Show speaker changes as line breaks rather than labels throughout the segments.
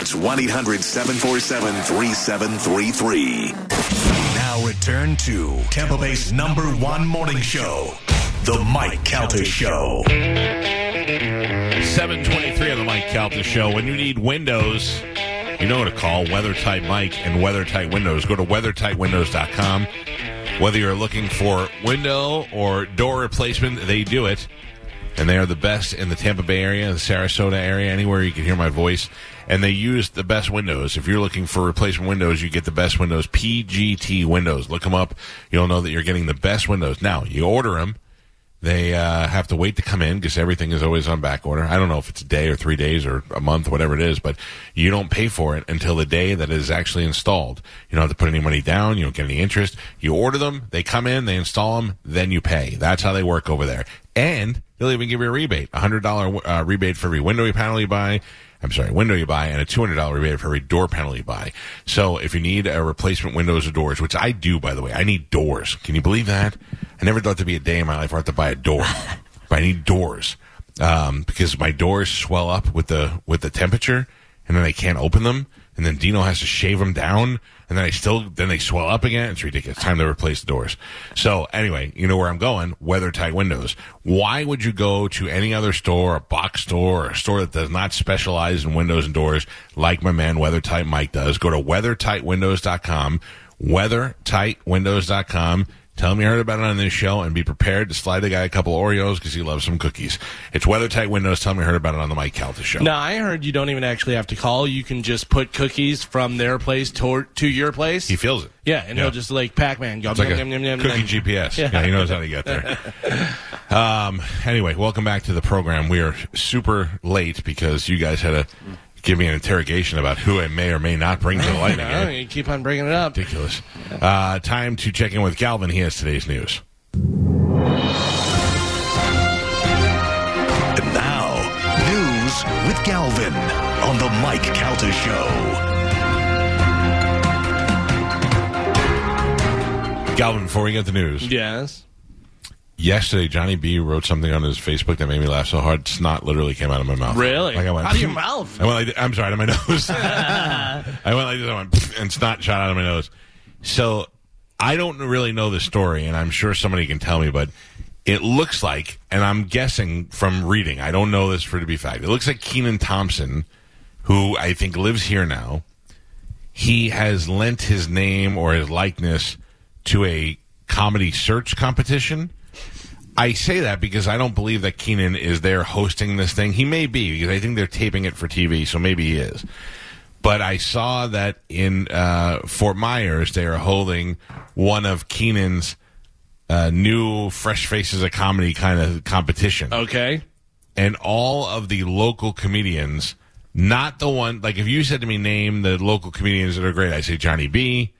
It's 1 800 747 3733.
Now return to Tampa Bay's number one morning show, The Mike Calter Show.
723 on the Mike Calta Show. When you need windows, you know what to call Weather Tight Mike and Weather Tight Windows. Go to weathertightwindows.com. Whether you're looking for window or door replacement, they do it. And they are the best in the Tampa Bay area, the Sarasota area, anywhere you can hear my voice. And they use the best windows. If you're looking for replacement windows, you get the best windows. PGT Windows. Look them up. You'll know that you're getting the best windows. Now, you order them. They uh, have to wait to come in because everything is always on back order. I don't know if it's a day or three days or a month, whatever it is, but you don't pay for it until the day that it is actually installed. You don't have to put any money down. You don't get any interest. You order them, they come in, they install them, then you pay. That's how they work over there. And they'll even give you a rebate, a hundred dollar uh, rebate for every window panel you buy. I'm sorry, window you buy, and a $200 rebate for every door panel you buy. So if you need a replacement windows or doors, which I do, by the way, I need doors. Can you believe that? I never thought there'd be a day in my life where I have to buy a door, but I need doors um, because my doors swell up with the with the temperature, and then I can't open them, and then Dino has to shave them down, and then I still then they swell up again. It's ridiculous. Time to replace the doors. So anyway, you know where I'm going. Weather tight windows. Why would you go to any other store, a box store, or a store that does not specialize in windows and doors like my man Weather Tight Mike does? Go to weathertightwindows.com. Weathertightwindows.com. Tell him you heard about it on this show and be prepared to slide the guy a couple Oreos because he loves some cookies. It's Weathertight Windows. Tell him you heard about it on the Mike Calta show.
No, I heard you don't even actually have to call. You can just put cookies from their place to, to your place.
He feels it.
yeah, and
Yeah.
he'll just like Pac-Man. Go,
It's like a
yum, yum, yum, yum,
cookie
and-
GPS. Yeah.
Yeah.
he knows how to get there. um, anyway, welcome back to the program. We are super late because you guys had to give me an interrogation about who I may or may not bring to the light
Oh,
again.
you keep on bringing it up.
Ridiculous. Uh, time to check in with Galvin. He has today's news.
And now, news with Galvin on The Mike Calter Show.
Galvin, before we get the news,
Yes.
yesterday Johnny B wrote something on his Facebook that made me laugh so hard, snot literally came out of my mouth.
Really?
Like I went,
Out of your mouth?
I went like, th- I'm sorry, out of my nose. I went like this. I went, and snot shot out of my nose. So I don't really know the story, and I'm sure somebody can tell me, but it looks like, and I'm guessing from reading, I don't know this for to be fact. It looks like Keenan Thompson, who I think lives here now, he has lent his name or his likeness to a comedy search competition. I say that because I don't believe that Keenan is there hosting this thing. He may be because I think they're taping it for TV, so maybe he is. But I saw that in uh, Fort Myers they are holding one of Keenan's uh, new Fresh Faces of Comedy kind of competition
Okay.
and all of the local comedians, not the one like if you said to me name the local comedians that are great, I say Johnny B,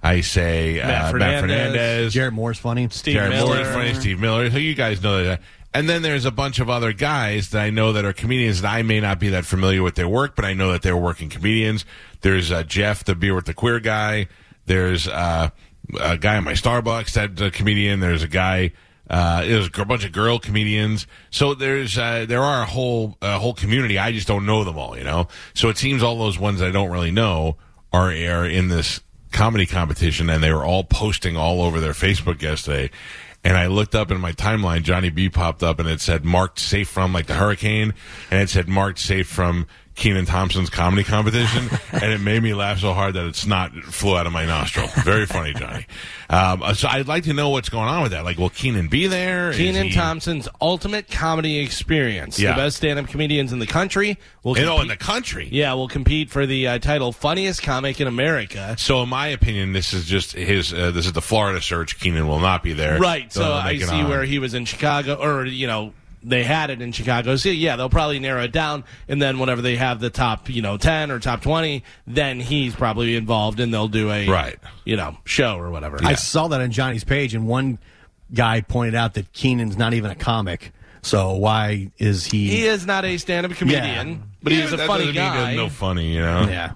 I say
Matt
uh,
Fernandez,
Matt Fernandez,
Jared Moore's funny.
Steve
Jared
Miller.
Moore is funny, Steve Miller. So you guys know that. And then there's a bunch of other guys that I know that are comedians that I may not be that familiar with their work, but I know that they're working comedians. There's uh, Jeff, the beer with the queer guy. There's uh, a guy at my Starbucks that's a comedian. There's a guy. Uh, there's a gr- bunch of girl comedians. So there's uh, there are a whole a whole community. I just don't know them all, you know. So it seems all those ones I don't really know are are in this comedy competition and they were all posting all over their Facebook yesterday. And I looked up in my timeline, Johnny B popped up and it said marked safe from like the hurricane and it said marked safe from Keenan Thompson's comedy competition. and it made me laugh so hard that it's not it flew out of my nostril. Very funny, Johnny. Um, uh, so I'd like to know what's going on with that. Like, will Keenan be there? Is
Keenan
he-
Thompson's ultimate comedy experience.
Yeah.
The best stand-up comedians in the country will
You know,
compete-
in the country.
yeah, will compete for the uh, title funniest comic in America.
So in my opinion, this is just his, uh, this is the Florida search. Keenan will not be there.
Right.
They'll
So I
make it
see
on.
where he was in Chicago, or you know, they had it in Chicago. So yeah, they'll probably narrow it down, and then whenever they have the top, you know, ten or top twenty, then he's probably involved, and they'll do a
Right.
you know, show or whatever.
I saw that on Johnny's page, and one guy pointed out that Keenan's not even a comic. So why is he?
he is not a stand-up comedian, but he
Yeah,
is a
that
funny
doesn't mean he
guy.
doesn't know funny, you know.
Yeah.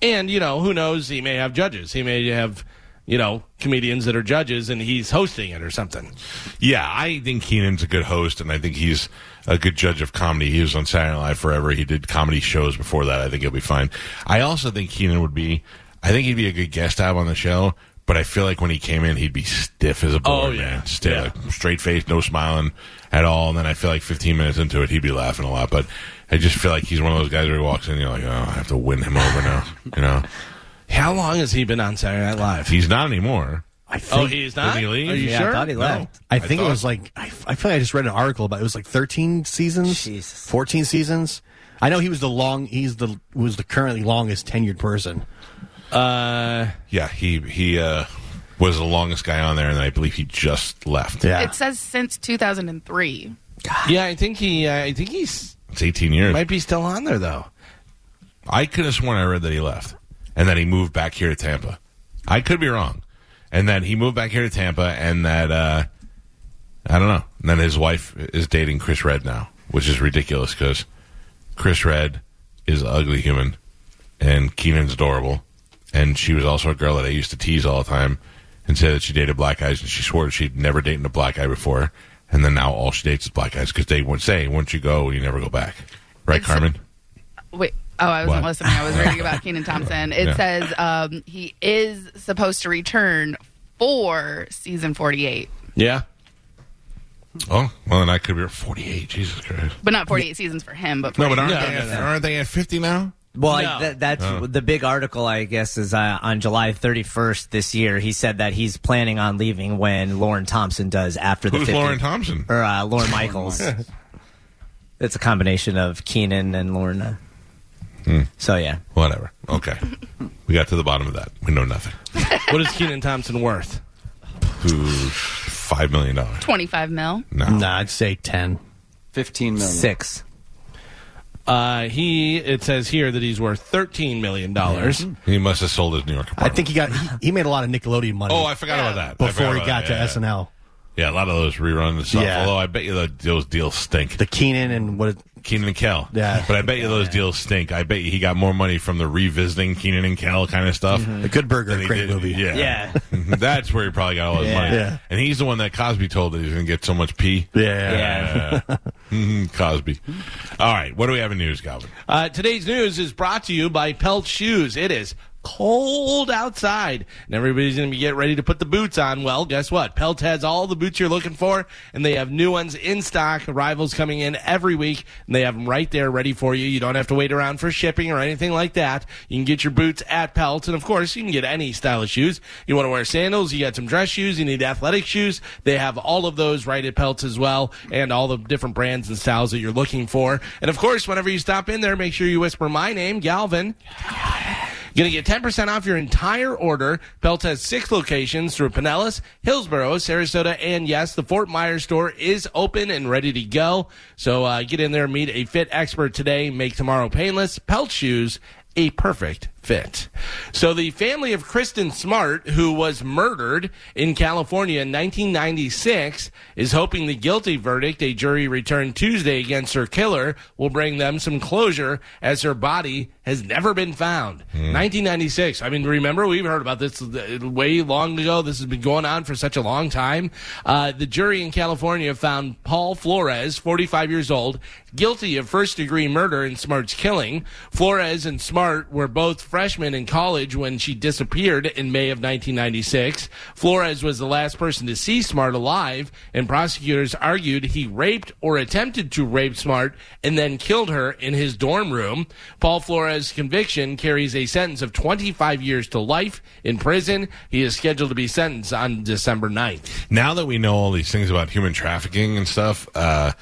And you know, who knows? He may have judges. He may have, you know, comedians that are judges, and he's hosting it or something.
Yeah, I think Keenan's a good host, and I think he's a good judge of comedy. He was on Saturday Night Live forever. He did comedy shows before that. I think he'll be fine. I also think Keenan would be. I think he'd be a good guest to have on the show. But I feel like when he came in, he'd be stiff as a board,
Oh, yeah.
man. Stiff, like, straight face, no smiling at all. And then I feel like 15 minutes into it, he'd be laughing a lot. But I just feel like he's one of those guys where he walks in, you're like, oh, I have to win him over now. You know,
How long has he been on Saturday Night Live?
he's not anymore.
I think,
Oh, he's not.
Did he leave?
Are you
Yeah,
sure?
I thought he left.
I think it was like I, I feel like I just read an article about it was like 13 seasons,
Jesus.
14 seasons. I know he was the long. He's the was the currently longest tenured person.
Yeah, he he uh, was the longest guy on there, and I believe he just left.
Yeah.
Ah.
It says since 2003.
Yeah, I think he. Uh, I think he's
It's 18 years.
might be still on there though.
I could have sworn I read that he left and that he moved back here to Tampa. I could be wrong. And that he moved back here to Tampa, and that uh, I don't know. And then his wife is dating Chris Red now, which is ridiculous because Chris Red is an ugly human, and Keenan's adorable, and she was also a girl that I used to tease all the time and say that she dated black guys, and she swore she'd never dated a black guy before, and then now all she dates is black guys because they won't say once you go, you never go back, right,
It's-
Carmen?
Wait. Oh, I wasn't
What?
listening. I was reading about Keenan Thompson. It
Yeah.
says um, he is supposed to return for season 48,
Yeah.
Oh, well, then I could be at 48. Jesus Christ.
but not 48 seasons for him. But for
No, but aren't,
No,
they,
no,
at,
no.
aren't they at 50 now?
Well, I-
No.
that, that's the big article, I guess, is uh, on July 31st this year. He said that he's planning on leaving when Lauren Thompson does after the
Who's
50.
Lauren Thompson?
Or uh, Lauren Michaels. it's a combination of Keenan and Lauren. uh,
Hmm.
So, yeah.
Whatever. Okay. we got to the bottom of that. We know nothing.
What is Keenan Thompson worth?
Who's $5 million?
25 mil.
No.
Nah, I'd say 10.
15 million.
Six.
Uh, he. It says here that he's worth thirteen million dollars.
He must have sold his New York
I
apartment.
think he got he, he made a lot of Nickelodeon money
Oh, I forgot about that. I forgot
before he
about
got
that.
to
yeah, yeah.
SNL.
Yeah, a lot of those reruns and stuff.
Yeah.
Although I bet you that those deals stink.
The Keenan and what?
Keenan and Kel.
Yeah.
But I bet you those deals stink. I bet you he got more money from the revisiting Keenan and Kel kind of stuff.
The Good Burger,
than he
great
did-
movie.
Yeah. Mhm.
Yeah.
That's where he probably got all his money.
Yeah.
And he's the one that Cosby told that he's going to get so much pee.
Yeah.
Yeah.
Mhm, Cosby. All right, what do we have in news, Calvin?
Uh, today's news is brought to you by Pelt Shoes. It is cold outside, and everybody's going to be getting ready to put the boots on. Well, guess what? Pelt has all the boots you're looking for, and they have new ones in stock. Arrivals coming in every week, and they have them right there ready for you. You don't have to wait around for shipping or anything like that. You can get your boots at Pelt, and of course, you can get any style of shoes. You want to wear sandals, you got some dress shoes, you need athletic shoes. They have all of those right at Pelt as well, and all the different brands and styles that you're looking for. And of course, whenever you stop in there, make sure you whisper my name, Galvin. You're going to get 10% off your entire order. Pelt has six locations through Pinellas, Hillsborough, Sarasota, and yes, the Fort Myers store is open and ready to go. So uh, get in there, meet a fit expert today, make tomorrow painless. Pelt shoes, a perfect fit. So the family of Kristen Smart, who was murdered in California in 1996, is hoping the guilty verdict a jury returned Tuesday against her killer will bring them some closure as her body has never been found. 1996. I mean, remember we've heard about this uh, way long ago. This has been going on for such a long time. Uh, the jury in California found Paul Flores, 45 years old, guilty of first degree murder in Smart's killing. Flores and Smart were both freshmen in college when she disappeared in May of 1996. Flores was the last person to see Smart alive, and prosecutors argued he raped or attempted to rape Smart and then killed her in his dorm room. Paul Flores' conviction carries a sentence of 25 years to life in prison. He is scheduled to be sentenced on December 9th.
Now that we know all these things about human trafficking and stuff, uh,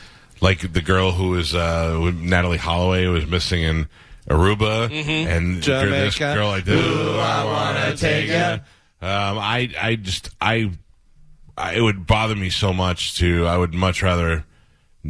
like the girl who was uh, with Natalie Holloway was missing in Aruba, and you're this
Mm-hmm. Jamaica.
girl like, "Ooh, I wanna take her." Um, I, I just, I, I, it would bother me so much to. I would much rather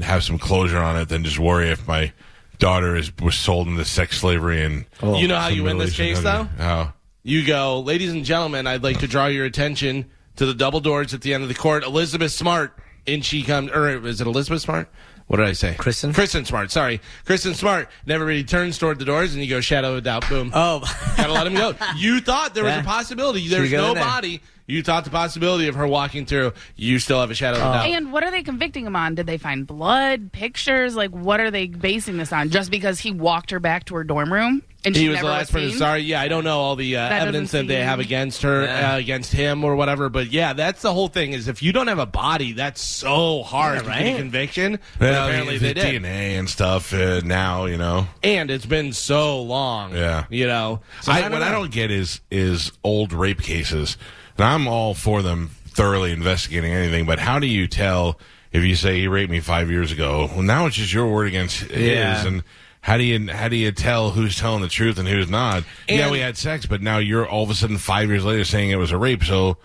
have some closure on it than just worry if my daughter is was sold into sex slavery and Oh.
You know how you win this
Some
case,
Middle
though?
Eastern country.
You go, ladies and gentlemen, I'd like to draw your attention to the double doors at the end of the court. Elizabeth Smart, and she comes, or is it Elizabeth Smart? What did I say?
Kristen?
Kristen Smart, sorry. Kristen Smart, and everybody turns toward the doors, and you go, shadow of a doubt, boom.
Oh,
Gotta let him go. You thought there was
Yeah.
a possibility.
Should
There
we
was
go
no
in there?
body. You thought the possibility of her walking through. You still have a shadow of
Oh.
a doubt.
And what are they convicting him on? Did they find blood, pictures? Like, what are they basing this on? Just because he walked her back to her dorm room and she
he was
never
the last
was
person.
seen?
Sorry, yeah, I don't know all the uh,
doesn't
evidence that they
seem-
have against her,
Yeah.
uh, against him, or whatever. But yeah, that's the whole thing. Is if you don't have a body, that's so hard to get a conviction. But
Yeah,
apparently
I
they did,
mean, DNA and stuff. Uh, now you know.
and it's been so long.
Yeah.
you know. So
I,
don't
what I
know.
don't get is is old rape cases, and I'm all for them thoroughly investigating anything. But how do you tell if you say he raped me five years ago? Well, now it's just your word against
Yeah.
his, and how do you how do you tell who's telling the truth and who's not? yeah,
And-
we had sex, but now you're all of a sudden five years later saying it was a rape. So.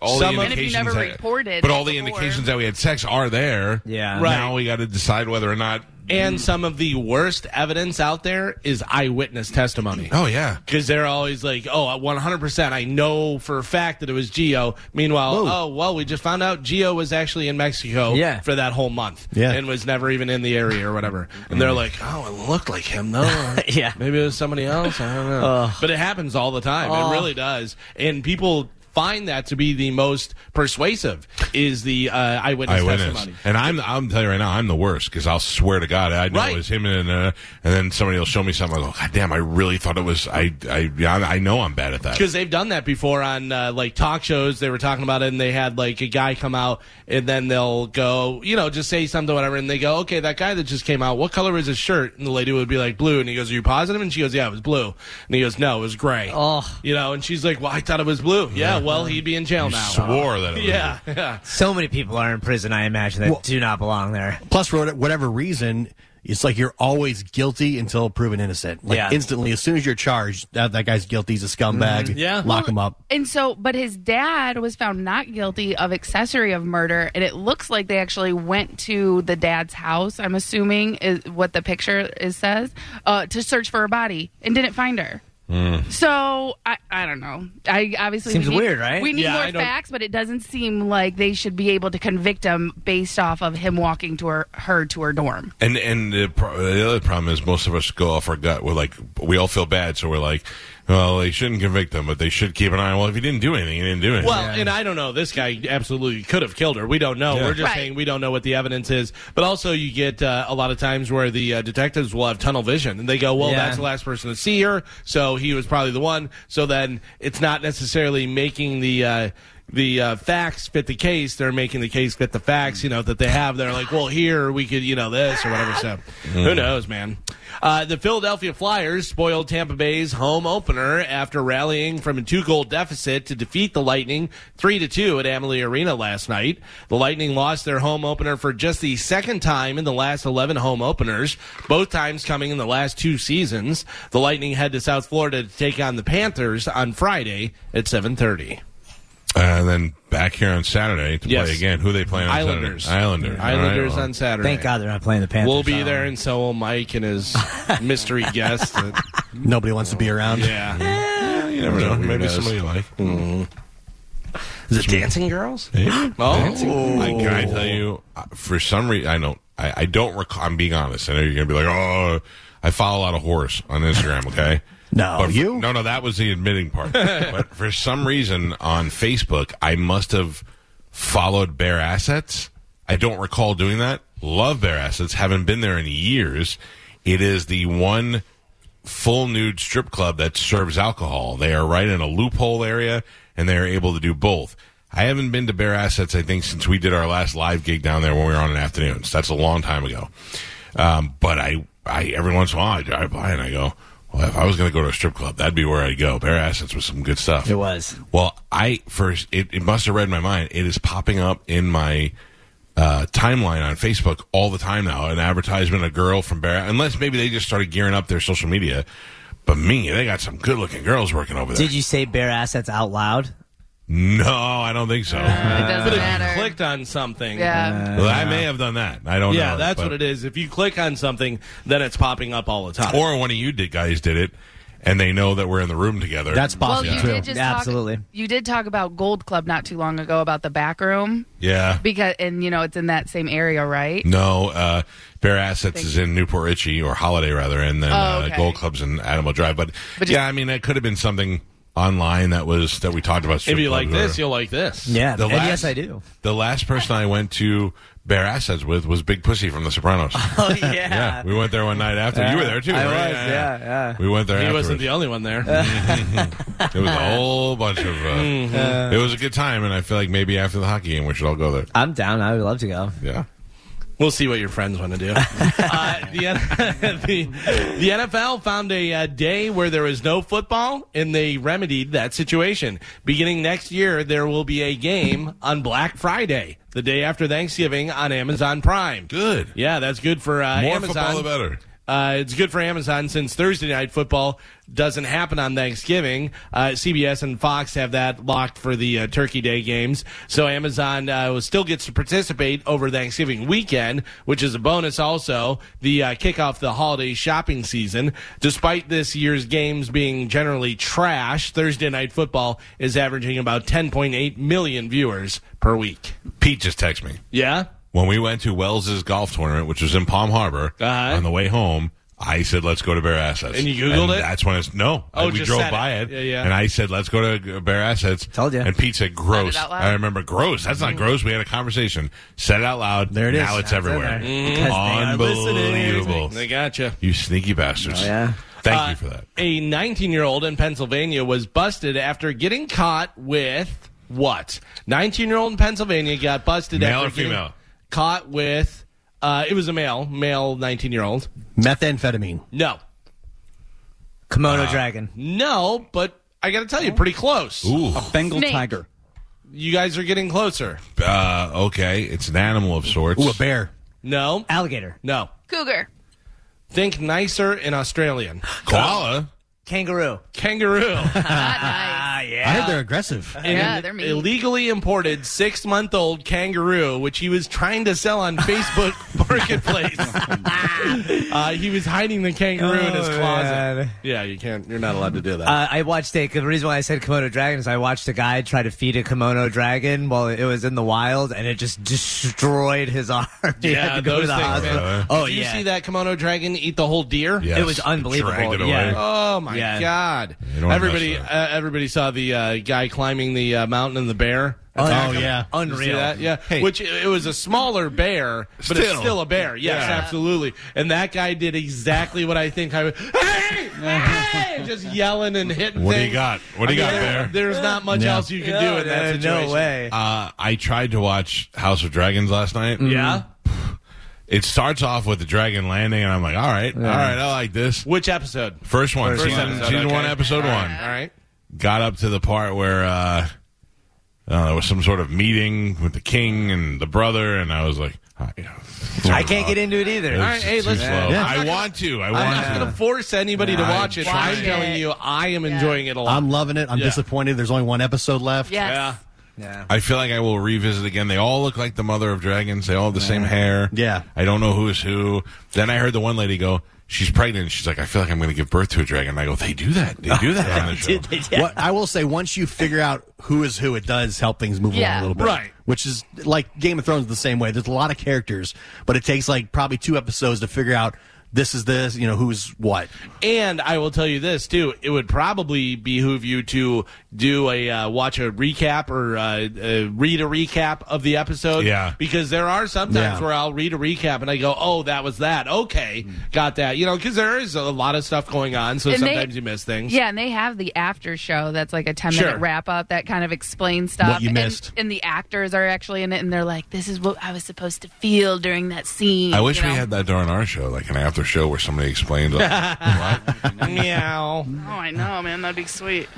All
Some
the
of-
And if you
indications
never
that-
reported
but all the
before-
indications that we had sex are there.
Yeah.
Right.
Now we got to decide whether or not.
And some of the worst evidence out there is eyewitness testimony.
Oh yeah,
Because they're always like, oh, 100%, I know for a fact that it was Geo. Meanwhile, oh, well, we just found out Geo was actually in Mexico
Yeah.
for that whole month
Yeah.
and was never even in the area or whatever. And they're like, oh, it looked like him, though.
Yeah.
Maybe it was somebody else. I don't know. but it happens all the time. It really does. And people find that to be the most persuasive is the uh, eyewitness,
eyewitness.
testimony.
And I'm I'm telling you right now, I'm the worst because I'll swear to God, I know
Right.
it was him, and uh, and then somebody will show me something. I go, God damn, I really thought it was. I I yeah, I know I'm bad at that.
because they've done that before on uh, like talk shows. They were talking about it, and they had like a guy come out, and then they'll go, you know, just say something, whatever, and they go, okay, that guy that just came out, what color is his shirt? And the lady would be like, blue, and he goes, are you positive? And she goes, yeah, it was blue, and he goes, no, it was gray.
Oh.
you know, and she's like, well, I thought it was blue. Yeah, well, he'd be in jail
I
now.
swore that. It was
Yeah, yeah.
so many people are in prison. I imagine that
Well-
do not belong there.
Plus, for whatever reason, it's like you're always guilty until proven innocent. Like
Yeah.
instantly, as soon as you're charged, that, that guy's guilty. He's a scumbag.
Mm-hmm. Yeah.
lock him up.
And so, but his dad was found not guilty of accessory of murder, and it looks like they actually went to the dad's house. I'm assuming is what the picture is says uh, to search for her body and didn't find her. So I, I don't know. I obviously
Hmm. Seems
we need-
weird, right?
We need
Yeah, I
more
don't-
facts, but it doesn't seem like they should be able to convict him based off of him walking to her, her to her dorm.
And and the, pro- the other problem is most of us go off our gut. We're like we all feel bad, so we're like, well, they shouldn't convict them, but they should keep an eye. on Well, if he didn't do anything, he didn't do anything.
Well, and I don't know. This guy absolutely could have killed her. We don't know.
Yeah.
We're just
Right.
saying we don't know what the evidence is. But also, you get uh, a lot of times where the uh, detectives will have tunnel vision and they go, well,
Yeah.
that's the last person to see her, so he was probably the one. So then it's not necessarily making the. Uh, the uh, facts fit the case. They're making the case fit the facts. You know that they have. They're like, well, here we could, you know, this or whatever. So who knows, man? Uh, the Philadelphia Flyers spoiled Tampa Bay's home opener after rallying from a two-goal deficit to defeat the Lightning three to two at Amalie Arena last night. The Lightning lost their home opener for just the second time in the last eleven home openers, both times coming in the last two seasons. The Lightning head to South Florida to take on the Panthers on Friday at seven thirty.
Uh, and then back here on Saturday to
Yes.
play again. Who they playing on
Islanders.
Saturday? Islanders. All right,
Islanders
well.
on Saturday.
Thank God they're not playing the Panthers.
We'll be
Oh.
there, and so will Mike and his mystery guest.
Nobody wants to be around.
yeah.
You never know.
Who
Maybe
knows?
somebody you like.
The Dancing Girls?
Maybe.
Oh.
I, can I tell you, uh, for some reason, I don't, I, I don't recall. I'm being honest. I know you're gonna be like, oh, I follow a lot of horse on Instagram. Okay,
No,
But for-
you?
no, no, that was the admitting part. but for some reason on Facebook, I must have followed Bear Assets. I don't recall doing that. Love Bear Assets. Haven't been there in years. It is the one full nude strip club that serves alcohol. They are right in a loophole area, and they are able to do both. I haven't been to Bear Assets, I think, since we did our last live gig down there when we were on an afternoons. That's a long time ago. Um, but I, I every once in a while I drive by and I go, well, if I was going to go to a strip club, that'd be where I'd go. Bear Assets was some good stuff.
It was.
Well, I first it, it must have read my mind. It is popping up in my uh, timeline on Facebook all the time now. An advertisement, a girl from Bear, unless maybe they just started gearing up their social media. But me, they got some good looking girls working over there.
Did you say bare assets out loud?
No, I don't think so.
it doesn't
But if you
matter.
clicked on something,
Uh, yeah.
Uh,
Well, I may have done that. I don't know.
yeah, that's
but-
what it is. If you click on something, then it's popping up all the time.
Or one of you did, guys did it, and they know that we're in the room together.
That's
Well,
possible
you
too.
did just
Absolutely.
Talk, you did talk about Gold Club not too long ago about the back room
yeah.
because, and you know, it's in that same area, right?
No, uh, Bare Assets is in Newport Richie or Holiday rather, and then
Oh, okay.
uh, Gold Club's in Animal Drive. But,
But
yeah,
just-
I mean, it could have been something online that was that we talked about. strip
if you like
clubs or-
this, you'll like this.
Yeah,
The
and
last-
yes, I do.
The last person I went to Bare Assets with was Big Pussy from The Sopranos.
Oh yeah,
yeah, we went there one night after. you were there too.
I
right?
was, yeah, yeah.
We went there.
He
afterwards.
wasn't the only one there.
Uh.
It was a whole bunch of. Uh, It was a good time, and I feel like maybe after the hockey game we should all go there.
I'm down. Mm-hmm. I would love to go.
Yeah.
We'll see what your friends want to do. uh, the, N- the, the NFL found a uh, day where there is no football, and they remedied that situation. Beginning next year, there will be a game on Black Friday, the day after Thanksgiving, on Amazon Prime.
Good.
Yeah, that's good for uh,
More
Amazon.
football, the better.
Uh, it's good for Amazon since Thursday night football doesn't happen on Thanksgiving. Uh, CBS and Fox have that locked for the uh, Turkey Day games, so Amazon uh, will still gets to participate over Thanksgiving weekend, which is a bonus. Also, the uh, kickoff the holiday shopping season. Despite this year's games being generally trash, Thursday night football is averaging about 10.8 million viewers per week.
Pete just texted me.
Yeah.
when we went to Wells's golf tournament, which was in Palm Harbor,
Uh-huh.
on the way home, I said, "Let's go to Bear Assets."
And you Googled it?
That's when it's no.
Oh,
we
just
drove
said
by
it.
it,
Yeah, yeah.
and I said, "Let's go to Bear Assets."
Told ya.
And Pete said, "Gross."
out loud?
I remember, "Gross." That's
Mm.
not gross. We had a conversation. Said it out loud.
There it is.
Now it's
Now it's in
everywhere.
there. Mm-hmm. Because they are listening.
Unbelievable.
They gotcha.
You sneaky bastards.
Oh, yeah.
Thank
Uh,
you for that.
A 19 year old in Pennsylvania was busted after getting caught with what? 19 year old in Pennsylvania got busted
Male
after
or
getting
female?
caught with. Uh, it was a male, male 19 year old.
Methamphetamine.
No,
Kimono Dragon.
no, but I got to tell you, pretty close.
Ooh.
Bengal
Snake.
tiger.
You guys are getting closer.
Uh, okay, it's an animal of sorts.
Ooh, a bear.
No,
Alligator.
no.
Cougar.
Think nicer in Australian.
koala.
Kangaroo.
Kangaroo.
Not nice.
I
Ah.
heard they're aggressive.
Yeah,
An
they're mean.
illegally imported six month old kangaroo, which he was trying to sell on Facebook Marketplace. uh, he was hiding the kangaroo in his
Oh,
closet.
man.
Yeah, you can't. You're not allowed to do that.
Uh, I watched a. 'cause The reason why I said kimono dragon is I watched a guy try to feed a kimono dragon while it was in the wild, and it just destroyed his arm. He had
yeah,
to go
those
to the
things.
hospital.
man.
Oh
Did
yeah,
you see that kimono dragon eat the whole deer?
Yes.
It was unbelievable.
Dragged it
Yeah.
away.
Oh my
Yeah.
god!
don't wanna
Everybody,
mess with
uh, everybody saw the uh, guy climbing the uh, mountain and the bear.
Oh,
Oh, yeah.
You
unreal.
see that? Yeah. Which it it was a smaller bear, but it's
Still.
still a bear. Yes,
Yeah.
absolutely. And that guy did exactly what I think I would. Hey! Hey! Just yelling and hitting
What do
things.
you got? What do you
I mean,
got,
there-
bear?
There's not much else you can do in that
no
situation.
way.
Uh, I tried to watch House of Dragons last night.
Yeah.
It starts off with the dragon landing, and I'm like, all right, all right, I like this.
Which episode?
First one,
First
season,
episode,
season
okay.
one, episode one.
All right.
Got up to the part where uh, uh, there was some sort of meeting with the king and the brother, and I was like, I,
I can't get into it either.
right, hey,
too
listen.
slow.
Yeah.
I want to. I
I'm not
want
going
to.
to force anybody to
I'm
watch it.
trying.
I'm telling you, I am enjoying it a lot.
I'm loving it. I'm
Yeah.
disappointed. There's only one episode left.
Yes.
yeah.
Yeah.
I feel like I will revisit again. They all look like the mother of dragons. They all have the same hair.
Yeah.
I don't know who is who. Then I heard the one lady go, "She's pregnant." She's like, "I feel like I'm going to give birth to a dragon." And I go, "They do that. They do that on the show."
What I will say, once you figure out who is who, it does help things move along a
Yeah.
little bit.
Right.
Which is like Game of Thrones the same way. There's a lot of characters, but it takes like probably two episodes to figure out this is this, you know, who's what.
And I will tell you this too: it would probably behoove you to do a uh, watch a recap or uh, uh, read a recap of the episode.
Yeah.
because there are sometimes
Yeah.
where I'll read a recap and I go, "Oh, that was that. Okay, got that." You know, because there is a lot of stuff going on, so
And they-
sometimes you miss things.
Yeah, and they have the after show that's like a 10
Sure.
minute wrap up that kind of explains stuff.
What you
And-
missed.
And, the actors are actually in it and they're like, this is what I was supposed to feel during that scene.
I wish
you know?
we had that during our show, like an after show where somebody explains. like, what?
Meow.
Oh, I know, man. That'd be sweet.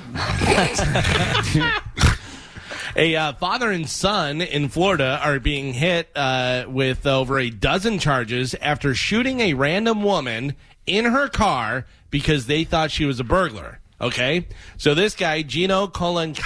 A uh, father and son in Florida are being hit uh, with over a dozen charges after shooting a random woman in her car because they thought she was a burglar. Okay, so this guy Gino Colon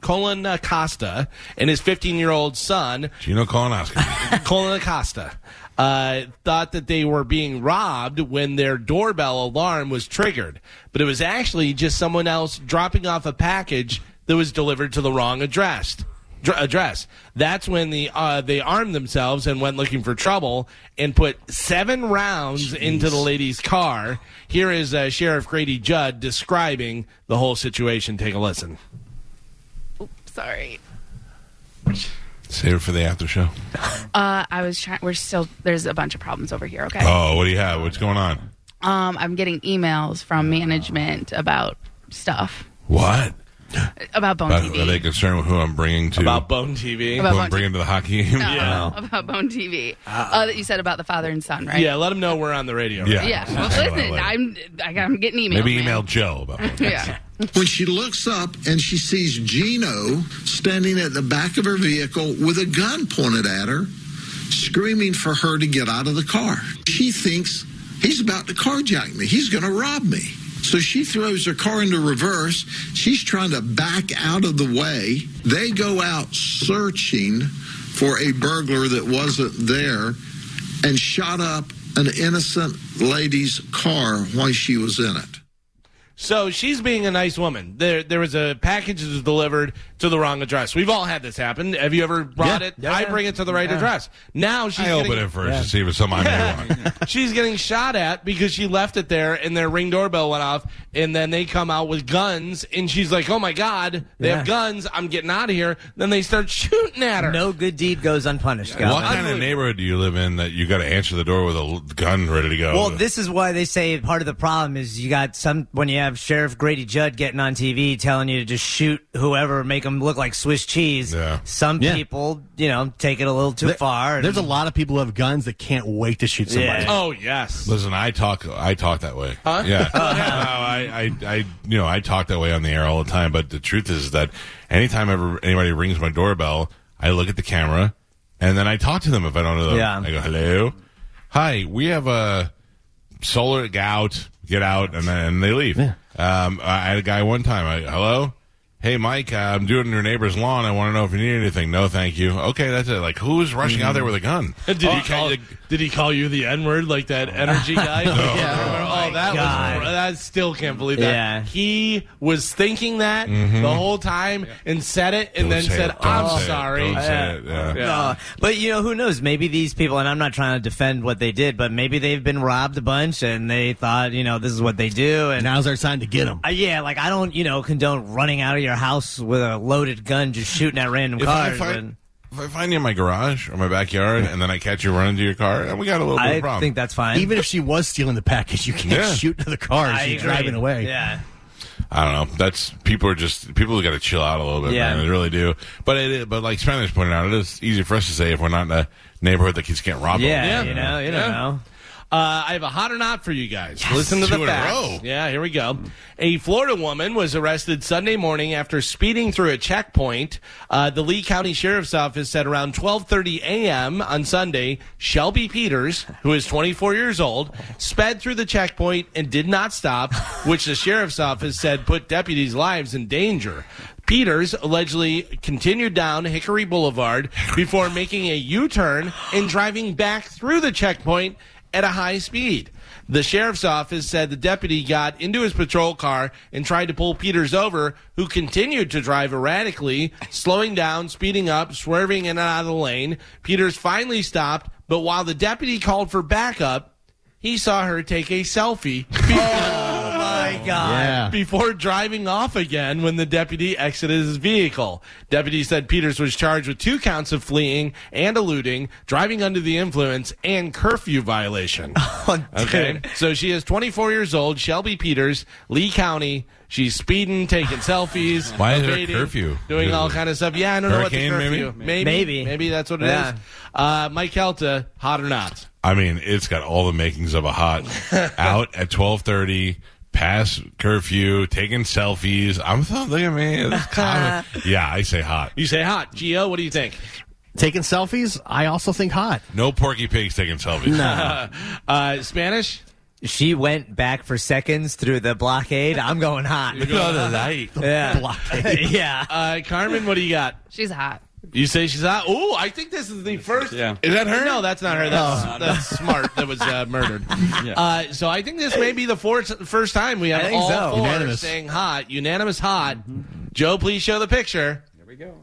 Colon Acosta and his 15 year old son
Gino Colonoscopy.
Colin Acosta uh, thought that they were being robbed when their doorbell alarm was triggered, but it was actually just someone else dropping off a package that was delivered to the wrong address. dr- Address. That's when the uh, they armed themselves and went looking for trouble and put seven rounds into the lady's car. Here is uh, Sheriff Grady Judd describing the whole situation. Take a listen.
Sorry.
Save it for the after show.
Uh, I was trying. We're still. There's a bunch of problems over here. Okay.
Oh, what do you have? What's going on?
Um, I'm getting emails from management about stuff
What?
about Bone
About,
TV.
are they concerned with who I'm bringing to?
About Bone TV.
About
who I'm
Bone
bringing to the hockey game?
Uh, About Bone TV. Uh, that you said about the father and son, right?
Ah. yeah, let them know we're on the radio.
Yeah.
Yeah. Well,
Something
listen,
like that.
I'm I, I'm getting emails.
Maybe
man.
email Joe about that.
Yeah.
when she looks up and she sees Gino standing at the back of her vehicle with a gun pointed at her, screaming for her to get out of the car. She thinks he's about to carjack me, he's going to rob me. So she throws her car into reverse. She's trying to back out of the way. They go out searching for a burglar that wasn't there and shot up an innocent lady's car while she was in it.
So she's being a nice woman. There, there was a package that was delivered to the wrong address. We've all had this happen. Have you ever brought
Yeah.
it? I bring it to the right address. Now she's
I open
getting,
it first to see if it's something I may want.
she's getting shot at because she left it there, and their ring doorbell went off, and then they come out with guns, and she's like, "Oh my god, they have guns! I'm getting out of here!" Then they start shooting at her.
No good deed goes unpunished, guys.
What kind of neighborhood do you live in that you got to answer the door with a l- gun ready to go?
Well, this is why they say part of the problem is you got some when you have Sheriff Grady Judd getting on TV telling you to just shoot whoever, make them look like Swiss cheese.
Yeah.
Some
Yeah.
people, you know, take it a little too
There-
far. and-
There's a lot of people who have guns that can't wait to shoot somebody.
Yeah.
Oh yes.
Listen, I talk. I talk that way. Yeah, No, I, I, I, you know, I talk that way on the air all the time. But the truth is that anytime ever anybody rings my doorbell, I look at the camera, and then I talk to them if I don't know them.
Yeah.
I go, "Hello, hi, we have a solar get out, get out," and then and they leave. Um, I had a guy one time. I, Hello. Hey Mike, uh, I'm doing your neighbor's lawn. I want to know if you need anything. No, thank you. Okay, that's it. Like, who's rushing out there with a gun?
Did, he call, did he call you the N word like that energy guy? yeah. Oh, that
God.
was I still can't believe that.
Yeah.
He was thinking that the whole time and said it and
Don't
then
say
said,
it. Don't
I'm
say it.
sorry.
Don't say it. Yeah.
Uh, but you know who knows? Maybe these people, and I'm not trying to defend what they did, but maybe they've been robbed a bunch, and they thought, you know, this is what they do, and
Now's our time to get them.
Uh, yeah, like I don't, you know, condone running out of your house with a loaded gun, just shooting at random
If I,
cars.
find,
but
if I find you in my garage or my backyard and then I catch you running to your car, and we got a little bit of a
I
problem.
think that's fine.
Even if she was stealing the package, you can't
Yeah.
shoot to the car.
I
She's
agree.
driving away.
Yeah,
I don't know. That's people are just people got to chill out a little bit,
Yeah.
man. They really do. But it, but like Spanish pointed out, it is easy for us to say if we're not in a neighborhood that keeps getting robbed. all the
yeah,
time.
you know, you don't
Yeah.
know.
Uh, I have a hot or not for you guys. Listen to
Two
the
in a
facts.
row.
Yeah, here we go. A Florida woman was arrested Sunday morning after speeding through a checkpoint. Uh, the Lee County Sheriff's Office said around 12:30 a.m. on Sunday, Shelby Peters, who is 24 years old, sped through the checkpoint and did not stop, which the sheriff's office said put deputies' lives in danger. Peters allegedly continued down Hickory Boulevard before making a U turn and driving back through the checkpoint at a high speed. The sheriff's office said the deputy got into his patrol car and tried to pull Peters over, who continued to drive erratically, slowing down, speeding up, swerving in and out of the lane. Peters finally stopped, but while the deputy called for backup, he saw her take a selfie
Oh my god!
Yeah.
before driving off again when the deputy exited his vehicle. Deputy said Peters was charged with two counts of fleeing and eluding, driving under the influence, and curfew violation. okay. So she is 24 years old, Shelby Peters, Lee County. She's speeding, taking selfies.
Why is there a
evading,
curfew?
Doing all kind of stuff. Yeah, I don't
Hurricane,
know what the curfew.
maybe?
Maybe.
Maybe.
that's what it is.
Yeah.
Uh, Mike Kelta, hot or not?
I mean, it's got all the makings of a hot out at twelve thirty, past curfew, taking selfies. I'm th- look at me. It's kind of- yeah, I say hot.
You say hot. Gio, what do you think?
Taking selfies, I also think hot.
No porky pigs taking selfies.
Uh, Spanish?
She went back for seconds through the blockade. I'm going hot.
light.
yeah.
Blockade.
yeah.
Uh, Carmen, what do you got?
She's hot.
You say she's hot? Oh, I think this is the first.
Yeah.
Is that her? No, that's not her. That's, that's smart that was uh, murdered. Uh, so I think this may be the fourth, first time we
I
have
think
all
so.
four
Unanimous.
saying hot, unanimous hot. Joe, please show the picture. There we
go.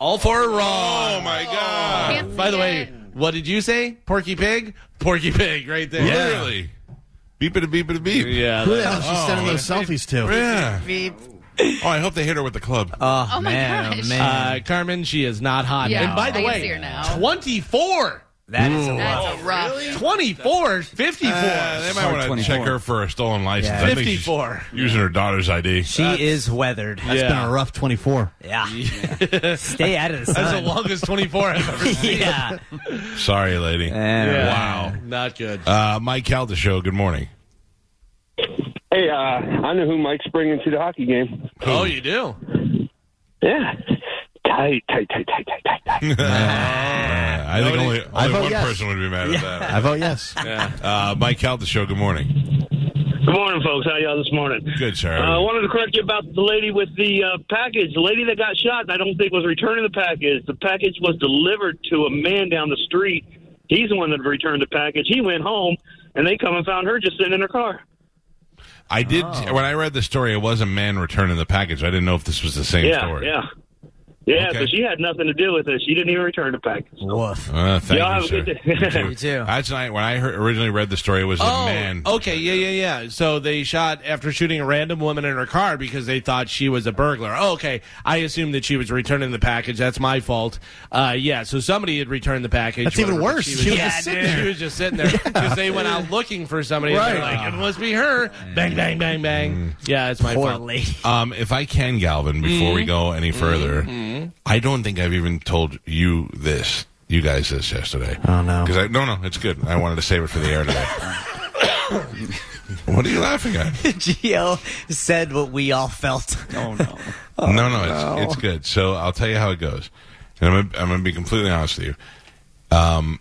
All four are wrong.
Oh my god!
Can't
Uh, By
see
the way,
it.
what did you say? Porky Pig? Porky Pig, right there.
Literally. Beep it a beep it a beep.
Yeah.
Who
that-
the hell is she sending those selfies to?
Yeah. Oh, I hope they hit her with the club.
Oh,
Oh my
man, oh,
gosh.
man.
Uh, Carmen, she is not hot.
Yeah,
and by the
I can
way,
see her now.
24.
that is a lot.
Oh,
That's a rough.
24, 54.
Uh, they might
Hard
want to
24.
check her for a stolen license.
Yeah.
I think she's
54.
Using her daughter's ID.
She is weathered.
That's been a rough 24.
Yeah. Stay out of
That's
the
the
sun.
longest 24 I've ever seen.
yeah.
Sorry, lady.
Yeah.
Wow.
Not good.
Uh, Mike Calda Show, good morning.
Hey, uh, I know who Mike's bringing to the hockey game.
Oh, you do?
Yeah. Tight, tight, tight, tight, tight, tight, tight.
Uh, I think only,
I
only
vote
one
yes.
person would be mad at
I vote yes.
that. Uh, Mike Calda Show, good morning.
Good morning, folks. How y'all this morning?
Good, sir.
Uh, I wanted to correct you about the lady with the uh, package. The lady that got shot, I don't think was returning the package. The package was delivered to a man down the street. He's the one that returned the package. He went home, and they come and found her just sitting in her car.
I did, when I read the story, it was a man returning the package. I didn't know if this was the same
yeah,
story.
yeah, yeah.
Okay.
So she had nothing to do with it. She didn't even return the package.
Woof.
Uh, thank
Y'all
you,
have
sir.
a good day.
You
You too.
That's night when I heard, originally read the story. It was a
Oh,
man.
okay. Yeah, yeah, yeah. So they shot after shooting a random woman in her car because they thought she was a burglar. Oh, okay. I assumed that she was returning the package. That's my fault. Uh, yeah, so somebody had returned the package.
That's even
whatever, but
worse.
She
She
was,
was just sitting
dude,
there.
She was just sitting there because they went out looking for somebody. And they're
Right. Mm.
like, it must be her. Bang, bang, bang, bang. Yeah, it's my
Poor
fault.
lady.
Um, if I can, Galvin, before we go any further, I don't think I've even told you this, you guys this yesterday.
Oh, no.
Because I no no, it's good. I wanted to save it for the air today. what are you laughing at?
Gio said what we all felt.
Oh no.
no no, it's it's good. So I'll tell you how it goes, and I'm gonna, I'm gonna be completely honest with you. Um,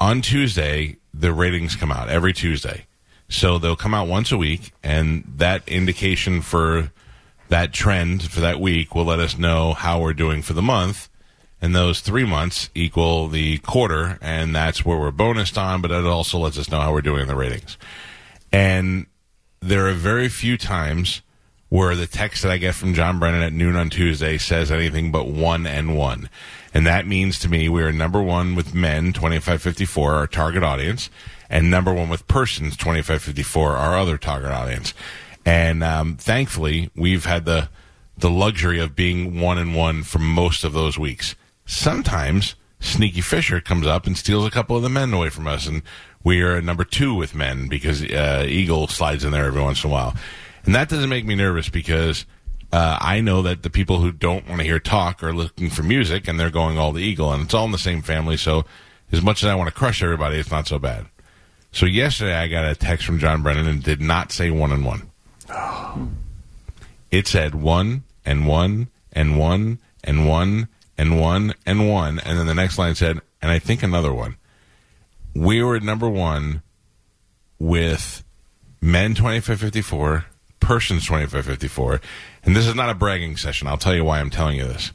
on Tuesday the ratings come out every Tuesday, so they'll come out once a week, and that indication for that trend for that week will let us know how we're doing for the month. And those three months equal the quarter, and that's where we're bonused on, but it also lets us know how we're doing in the ratings. And there are very few times where the text that I get from John Brennan at noon on Tuesday says anything but one and one. And that means to me we are number one with men, 2554, our target audience, and number one with persons, 2554, our other target audience. And um, thankfully, we've had the the luxury of being one and one for most of those weeks. Sometimes Sneaky Fisher comes up and steals a couple of the men away from us, and we are number two with men because uh, Eagle slides in there every once in a while, and that doesn't make me nervous because uh, I know that the people who don't want to hear talk are looking for music, and they're going all the Eagle, and it's all in the same family. So, as much as I want to crush everybody, it's not so bad. So yesterday I got a text from John Brennan and did not say one and one. It said one and one and one and one and one and one, and then the next line said, and I think another one. We were number one with men twenty five fifty four, persons twenty five fifty four, and this is not a bragging session. I'll tell you why I'm telling you this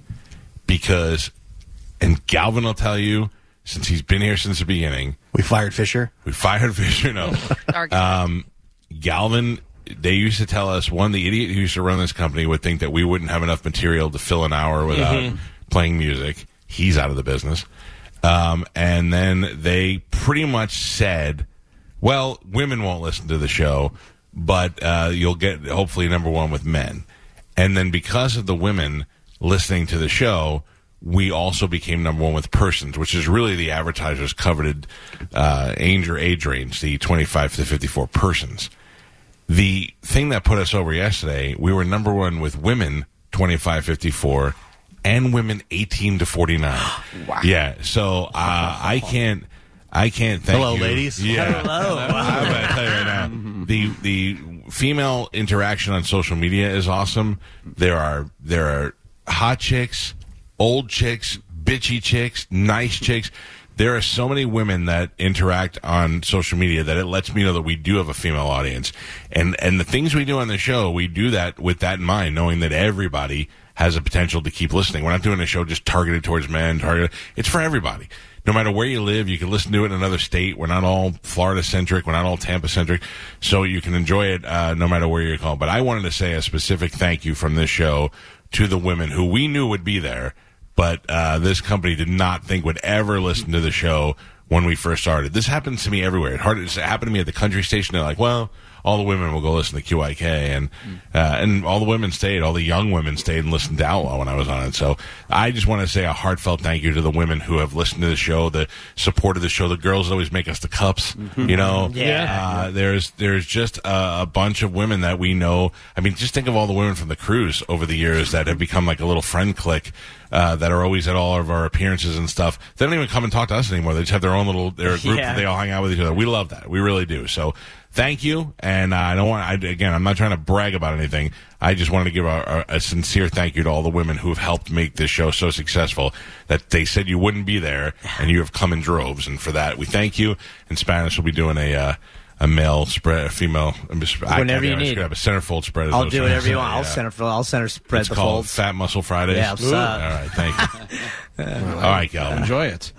because, and Galvin will tell you since he's been here since the beginning.
We fired Fisher.
We fired Fisher. No,
Dark.
Uh,
um, Galvin. They used to tell us one, the idiot who used to run this company would think that we wouldn't have enough material to fill an hour without playing music. He's out of the business. Um, and then they pretty much said, "Well, women won't listen to the show, but uh, you'll get hopefully number one with men." And then because of the women listening to the show, we also became number one with persons, which is really the advertisers coveted uh, age or age range, the 25 to 54 persons. The thing that put us over yesterday, we were number one with women 25 54 and women 18 to 49. wow. Yeah, so uh, I can't. I can't thank
Hello,
you.
ladies.
Yeah.
Hello.
I'm going to tell you right now. The the female interaction on social media is awesome. There are there are hot chicks, old chicks, bitchy chicks, nice chicks. There are so many women that interact on social media that it lets me know that we do have a female audience, and and the things we do on the show, we do that with that in mind, knowing that everybody has a potential to keep listening. We're not doing a show just targeted towards men. Targeted, it's for everybody. No matter where you live, you can listen to it in another state. We're not all Florida centric. We're not all Tampa centric. So you can enjoy it uh, no matter where you're called. But I wanted to say a specific thank you from this show to the women who we knew would be there, but uh, this company did not think would ever listen to the show when we first started. This happens to me everywhere. It, hard, it happened to me at the country station. They're like, well, all the women will go listen to QIK, and uh, and all the women stayed. All the young women stayed and listened to Outlaw when I was on it. So I just want to say a heartfelt thank you to the women who have listened to the show, the support of the show. The girls always make us the cups, you know.
Yeah.
Uh, there's there's just a, a bunch of women that we know. I mean, just think of all the women from the cruise over the years that have become like a little friend clique. Uh, that are always at all of our appearances and stuff. They don't even come and talk to us anymore. They just have their own little their group
Yeah.
that they all hang out with each other. We love that. We really do. So thank you. And uh, I don't want, I, again, I'm not trying to brag about anything. I just wanted to give a, a, a sincere thank you to all the women who have helped make this show so successful that they said you wouldn't be there and you have come in droves. And for that, we thank you. And Spanish will be doing a, uh, a male spread, a female. I'm just, I can't
Whenever you
damn it, I
need.
should have a centerfold spread. is
I'll
what
do
I was
whatever you
gonna
want.
say,
I'll
yeah.
center I'll center spread
It's
the
called
folds.
Fat Muscle Fridays.
Yeah, what's
All
up?
right, thank you. All right, Calvin.
Enjoy it.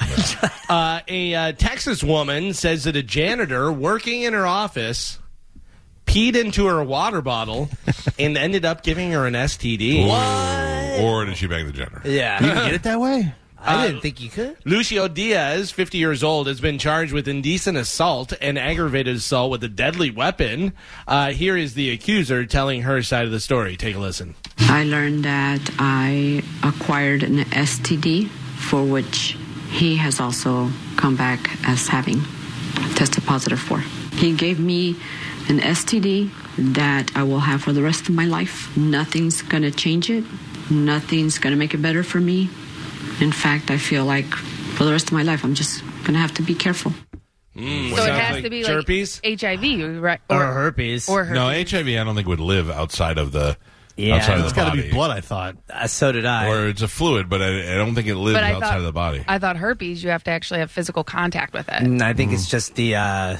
uh, a uh, Texas woman says that a janitor working in her office peed into her water bottle and ended up giving her an STD.
Or did she bang the janitor?
You
Yeah,
can get it that way?
I didn't think you could.
Lucio Diaz, 50 years old, has been charged with indecent assault and aggravated assault with a deadly weapon. Uh, here is the accuser telling her side of the story. Take a listen.
I learned that I acquired an STD for which he has also come back as having tested positive for. He gave me an STD that I will have for the rest of my life. Nothing's going to change it. Nothing's going to make it better for me. In fact, I feel like for the rest of my life, I'm just going to have to be careful.
Mm.
So it
sounds
has
like
to be
herpes?
like HIV, right?
Or herpes.
Or herpes.
No, HIV. I don't think would live outside of the
Yeah.
outside of
It's
the
It's got to
body.
be blood, I thought.
Uh, so did I.
or it's a fluid, but I, I don't think it lives
But I
outside
thought-
of the body.
I thought herpes, you have to actually have physical contact with it.
And I think
Mm.
it's just the, uh,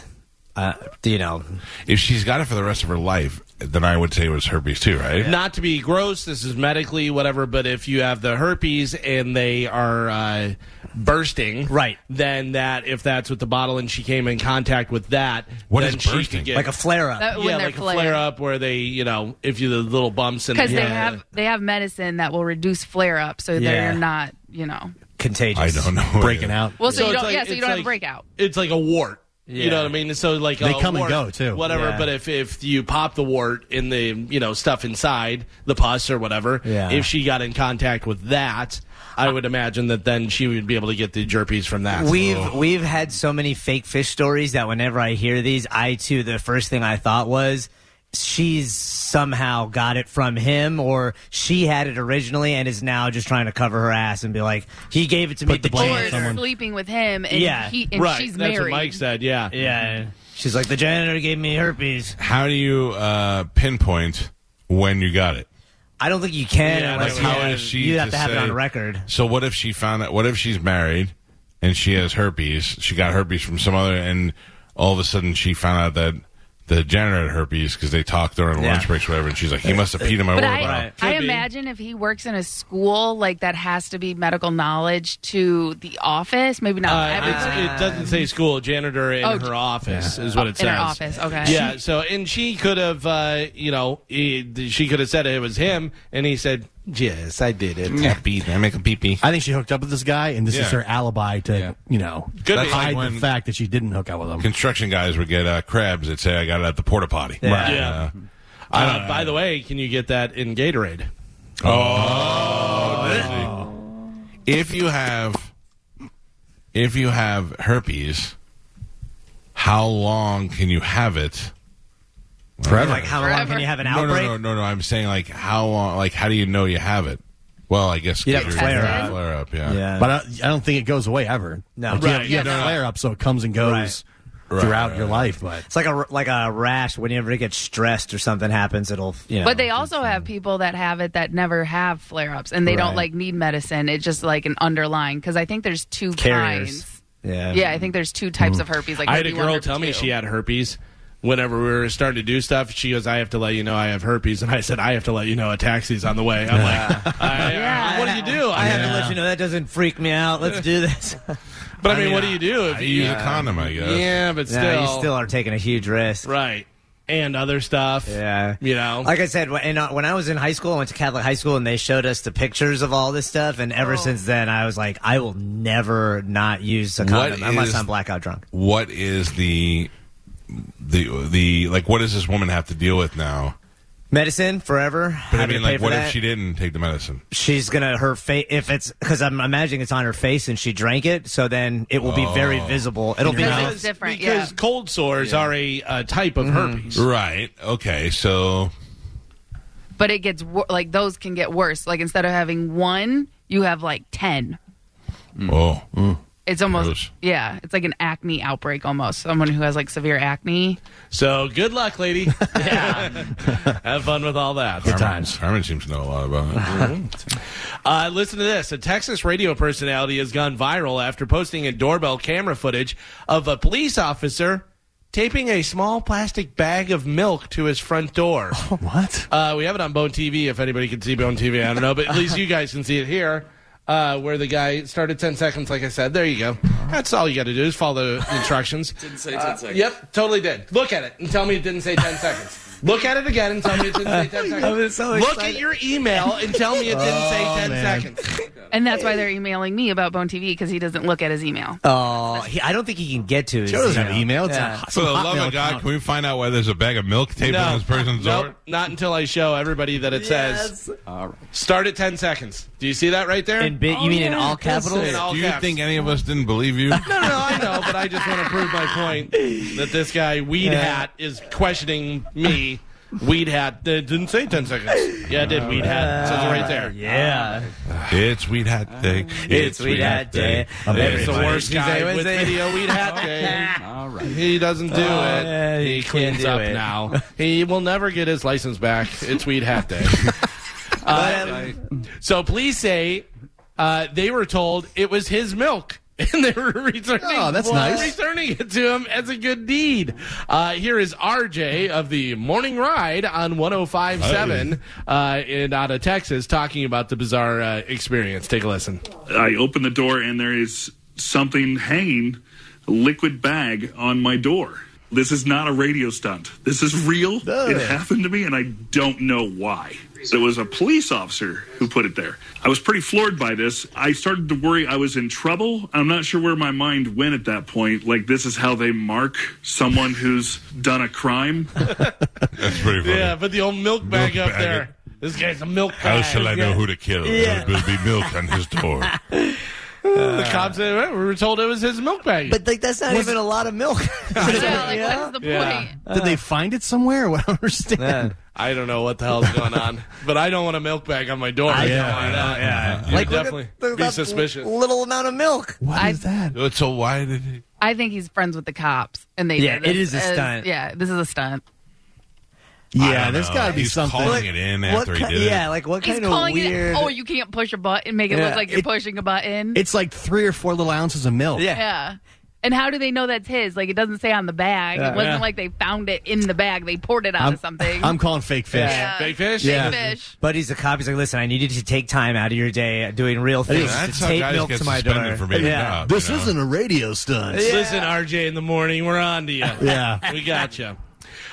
uh, you know,
if she's got it for the rest of her life, then I would say it was herpes too, right?
Not to be gross, this is medically whatever, but if you have the herpes and they are uh, bursting,
Right.
Then that, if that's what the bottle and she came in contact with that,
What
then
is
she could
bursting?
get-
like a flare up.
That- when
yeah,
they're
like a
flared.
flare up where they, you know, if you the little bumps and
because
yeah.
they have they have medicine that will reduce flare up, so
Yeah.
they're not you know.
Contagious.
I don't know.
Breaking out.
Well, so, you
it's
don't yeah, so you
it's
don't have
like-
a breakout.
It's like a wart. You
Yeah.
know what I mean? So like
They
a
come and
wart,
go, too.
Whatever.
Yeah.
But if if you pop the wart in the you know stuff inside the pus or whatever,
Yeah.
if she got in contact with that, I would imagine that then she would be able to get the jerpies from that.
We've
Oh.
we've had so many fake fish stories that whenever I hear these, I too the first thing I thought was she's somehow got it from him or she had it originally and is now just trying to cover her ass and be like he gave it to me
Put the
to
blame
janitor.
Or sleeping with him, and
Yeah.
he and
right.
she's
that's
married.
what Mike said. Yeah.
Yeah. She's like the janitor gave me herpes.
How do you uh, pinpoint when you got it?
I don't think you can
Yeah,
unless
like,
you
how
have,
is she
you have
to
to have it
say-
on record.
So what if she found out? What if she's married and she has herpes? She got herpes from some other, and all of a sudden she found out that the janitor had herpes because they talked during
Yeah.
lunch breaks, or whatever. And she's like, he must have peed in my
But
water
I,
bottle.
I
Could be.
imagine if he works in a school, like that has to be medical knowledge to the office. Maybe not
Uh,
everybody.
it's, it doesn't say school janitor in
Oh,
her office is what it says.
in her office, okay.
Yeah. So and she could have, uh, you know, he, she could have said it was him, and he said, "Yes, I did it."
Yeah, pee. I make a pee pee.
I think she hooked up with this guy, and this
Yeah.
is her alibi to, you know,
Could be.
hide
Like when-
the fact that she didn't hook up with him.
construction guys would get uh, crabs that say I got it at the porta potty.
Yeah. Right.
Yeah. Uh, by the way, can you get that in Gatorade?
Oh.
oh, If you have, if you have herpes, how long can you have it?
Forever.
Like how long can you have an
No, no,
outbreak?
no, no, no. I'm saying like how long? Like how do you know you have it? Well, I guess
You'd have
'cause
to
you're-
flare
up.
Flare up, yeah.
Yeah.
But I, I don't think it goes away ever.
No.
Like, you
Right,
have, you
yeah,
have
no.
flare up, so it comes and goes
Right.
throughout
Right,
your
right.
life. But
it's like a like a rash whenever it gets stressed or something happens it'll you know
But they also have people that have it that never have flare ups, and they don't
Right.
like need medicine. It's just like an underlying because I think there's two
Carriers.
kinds.
Yeah.
Yeah, I think there's two types of herpes. Like
Mm. I had a
herpes one,
girl
herpes
tell me
two.
she had herpes. Whenever we were starting to do stuff, she goes, "I have to let you know I have herpes," and I said, "I have to let you know a taxi's on the way." I'm like, I- I- "What do you do?"
I have
Yeah.
to let you know that doesn't freak me out. Let's do this.
But I mean, what do you do if
I
you
use a condom, I guess.
Yeah, but still,
Yeah, you still are taking a huge risk.
right and other stuff.
Yeah.
you know,
Like I said, when, and, uh, when I was in high school, I went to Catholic high school, and they showed us the pictures of all this stuff. And
Oh.
ever since then, I was like, I will never not use a
What
condom unless
is-
I'm blackout drunk.
What is the the the like? What does this woman have to deal with now?
Medicine forever.
But I
Having to
mean,
pay
like,
for
what
that.
if she didn't take the medicine?
She's gonna her face if it's because I'm imagining it's on her face and she drank it, so then it will be very
Oh.
visible. It'll be
Because
mouth-
it's different,
because
yeah.
cold sores are a, uh type of herpes.
Right. Okay. So
but it gets wor- like those can get worse. Like instead of having one, you have like ten.
oh,
It's almost
Gross.
yeah. It's like an acne outbreak almost. Someone who has like severe acne.
So good luck, lady. Have fun with all that.
Harmon- Harmon seems to know a lot about it.
Uh, listen to this. A Texas radio personality has gone viral after posting a doorbell camera footage of a police officer taping a small plastic bag of milk to his front door.
What?
Uh, we have it on Bone TV. If anybody can see Bone TV, I don't know, but at least you guys can see it here. Uh, where the guy started 10 seconds, like I said. There you go. That's all you got to do is follow the instructions. didn't say 10 seconds. Yep, totally did. Look at it and tell me it didn't say 10 seconds. Look at it again and tell me it didn't say 10 seconds. Look at your email and tell me it didn't
Oh,
say 10 seconds.
And that's why they're emailing me about Bone TV because he doesn't look at his email.
Oh, he, I don't think he can get to. His
Joe doesn't have email.
email.
It's
Yeah.
a,
For the love of God, can we find out why there's a bag of milk taped on this person's
nope,
door?
not until I show everybody that it says start at 10 seconds. Do you see that right there?
In bit, you mean in all capitals?
In all
Do you
caps.
think any of us didn't believe you?
No, no, no, I know, but I just want to prove my point that this guy Weed Hat is questioning me. Weed Hat uh, didn't say ten seconds. Yeah, it
Oh,
did. Weed Hat. It says it right there.
Yeah.
It's Weed Hat Day. It's,
Weed Hat Day.
It's
It's the
Weed Hat
worst
Tuesday,
guy with
Wednesday.
video Weed Hat Day. All right. He doesn't do it.
yeah,
he
he can't
cleans
do
up
it.
now. He will never get his license back. It's Weed Hat Day. Um, so police say uh, they were told it was his milk. And they were returning,
Oh, that's nice.
returning it to him as a good deed. Uh, here is RJ of the Morning Ride on 105.7 uh, in out of Texas talking about the bizarre uh, experience. Take a listen.
I open the door and there is something hanging, a liquid bag on my door. This is not a radio stunt. This is real. It happened to me and I don't know why. So it was a police officer who put it there. I was pretty floored by this. I started to worry I was in trouble. I'm not sure where my mind went at that point. Like, this is how they mark someone who's done a crime.
That's pretty funny.
Yeah, put the old milk bag
Milk
up
bag.
there. This guy's a milk
How
bag.
shall I know who to kill? There will be milk on his door.
The cops said, "Well, we were told it was his milk bag.
But like that's not even a lot of milk.
yeah, like what is the
Yeah.
point?
Did they find it somewhere? I don't understand.
I don't know what the hell's going on. But I don't want a milk bag on my door. I
yeah,
don't want that.
yeah.
Like, definitely be suspicious.
little amount of milk.
What is
I-
that?
so why did he?
I think he's friends with the cops, and they
Yeah,
did this
it is a
as-
stunt.
yeah, this is a stunt.
Yeah, there's got to be
He's
something.
calling it in
What
after he
ki-
did
yeah,
it.
like what
He's
kind of
calling
weird?
it. Oh, you can't push a button, make it
Yeah,
look like you're
it-
pushing a button.
It's like three or four little ounces of milk.
yeah.
yeah. And how do they know that's his? Like it doesn't say on the bag. it wasn't like they found it in the bag. They poured it out
I'm,
of something.
I'm calling fake fish.
Yeah.
Big fish?
Big
Yeah.
fish.
But he's a cop. He's like, listen, I need you to take time out of your day doing real things
That's
to
how
take
guys
milk
get
to my
suspended
door.
for being
yeah.
a cop.
This
you know?
isn't a radio stunt.
Listen, RJ, in the morning, we're on to you.
Yeah.
we got you.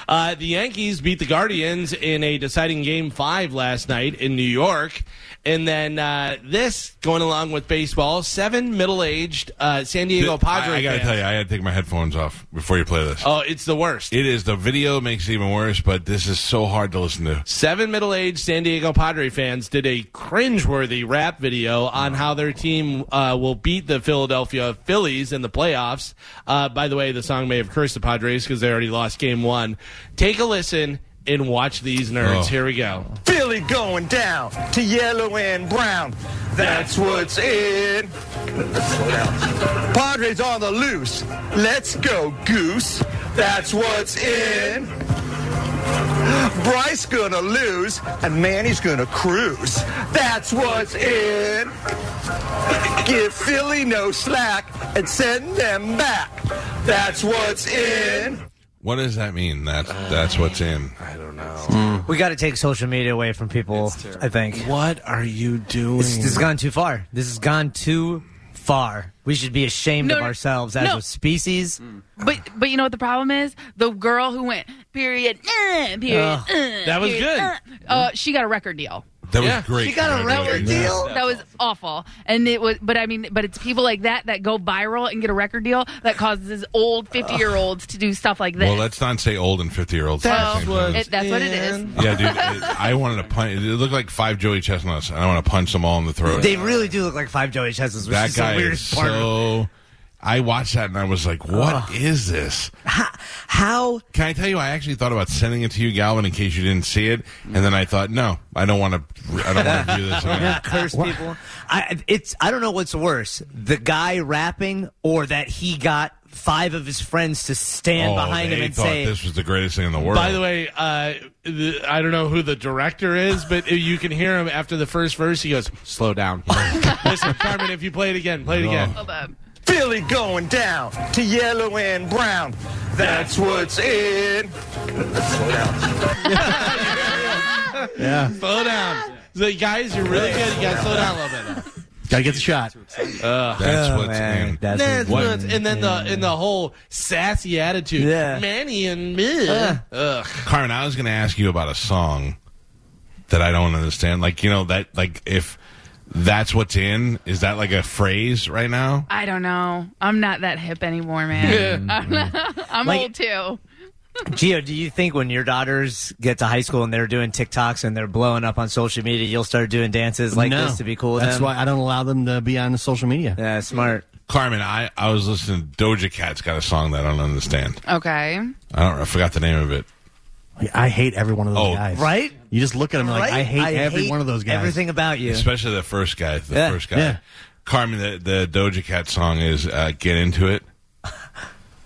Uh, the Yankees beat the Guardians in a deciding game five last night in New York. And then uh, this, going along with baseball, seven middle aged uh, San Diego Padres.
I, I got to
fans.
tell you, I had to take my headphones off before you play this.
Oh, it's the worst.
It is the video makes it even worse, but this is so hard to listen to.
Seven middle aged San Diego Padre fans did a cringeworthy rap video on how their team uh, will beat the Philadelphia Phillies in the playoffs. Uh, by the way, the song may have cursed the Padres because they already lost game one. Take a listen and watch these nerds.
Oh.
Here we go.
Philly going down to yellow and brown. That's what's in. Padres on the loose. Let's go, goose. That's what's in. Bryce gonna lose, and Manny's gonna cruise. That's what's in. Give Philly no slack and send them back. That's what's in.
What does that mean? That's that's what's in. I don't know.
We got to take social media away from people. I think.
What are you doing?
This, this has gone too far. This has gone too far. We should be ashamed
No,
of
no,
ourselves as
no.
a species.
But but you know what the problem is? The girl who went period, eh, period,
Ugh.
eh,
That was
period,
good.
eh, uh, she got a record deal.
That was great.
She got a record
Yeah.
deal. That was awful, and it was. But I mean, but it's people like that that go viral and get a record deal that causes old fifty-year-olds to do stuff like this.
Well, let's not say old and fifty year olds.
Well, it- that's what it is.
Yeah, dude. it- I wanted to punch. It looked like five Joey Chestnuts, and I want to punch them all in the throat.
They really do look like five Joey Chestnuts, which
that
is the
guy is
weirdest part. of
so. I watched that and I was like, "What is this?"
How
can I tell you? I actually thought about sending it to you, Galvin, in case you didn't see it, and then I thought, "No, I don't want to. I don't want to do this."
We're gonna curse people. I, it's I don't know what's worse: the guy rapping, or that he got five of his friends to stand
Oh,
behind him
they
and
thought
say,
this was the greatest thing in the world.
By the way, uh, the, I don't know who the director is, but you can hear him after the first verse. He goes, "Slow down." Listen, Carmen, if you play it again, play it again.
Philly going down to yellow and brown. That's what's in.
Yeah.
Slow down. He's like, guys, you're really good. You gotta slow down a little bit.
Gotta get the shot.
That's what's in.
That's nuts. And then the and the whole sassy attitude.
Yeah. Uh.
Manny and me. Ugh.
Carmen, I was going to ask you about a song that I don't understand. Like, you know, that, like, if that's what's in, is that like a phrase right now?
I don't know. I'm not that hip anymore, man. I'm, not- I'm
Like-
old too.
"Geo, do you think when your daughters get to high school and they're doing TikToks and they're blowing up on social media, you'll start doing dances like
No.
this to be cool with
That's
them?"
why I don't allow them to be on social media.
yeah, smart.
Carmen, I, I was listening to Doja Cat's got a song that I don't understand. I
Okay.
don't, I forgot the name of it.
I hate every one of those
Oh.
guys.
Right?
You just look at them like
right?
I hate every one of those guys.
Everything about you.
Especially the first guy. The
Yeah.
first guy.
Yeah.
Carmen, the, the Doja Cat song is uh, Get Into It.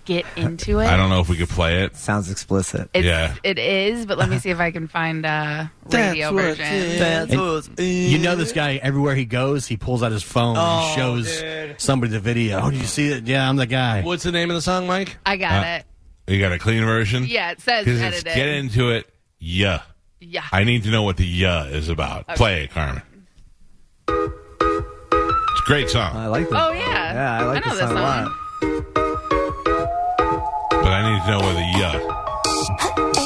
Get into it.
I don't know if we could play it.
Sounds explicit.
It's,
yeah.
It is, but let me see if I can find a radio version.
And you know this guy. Everywhere he goes, he pulls out his phone
Oh,
and shows
dude.
somebody the video. Oh, did you see it? Yeah, I'm the guy.
What's the name of the song, Mike?
I got
Uh,
it.
You got a clean version?
Yeah, it says
'Cause it's
edited.
Get Into It, yeah.
Yeah.
I need to know what the yeah is about. Play it, Carmen. It's a great song.
I like that.
oh yeah.
Yeah, I like
know
this song a lot.
But I need to know where the yeah.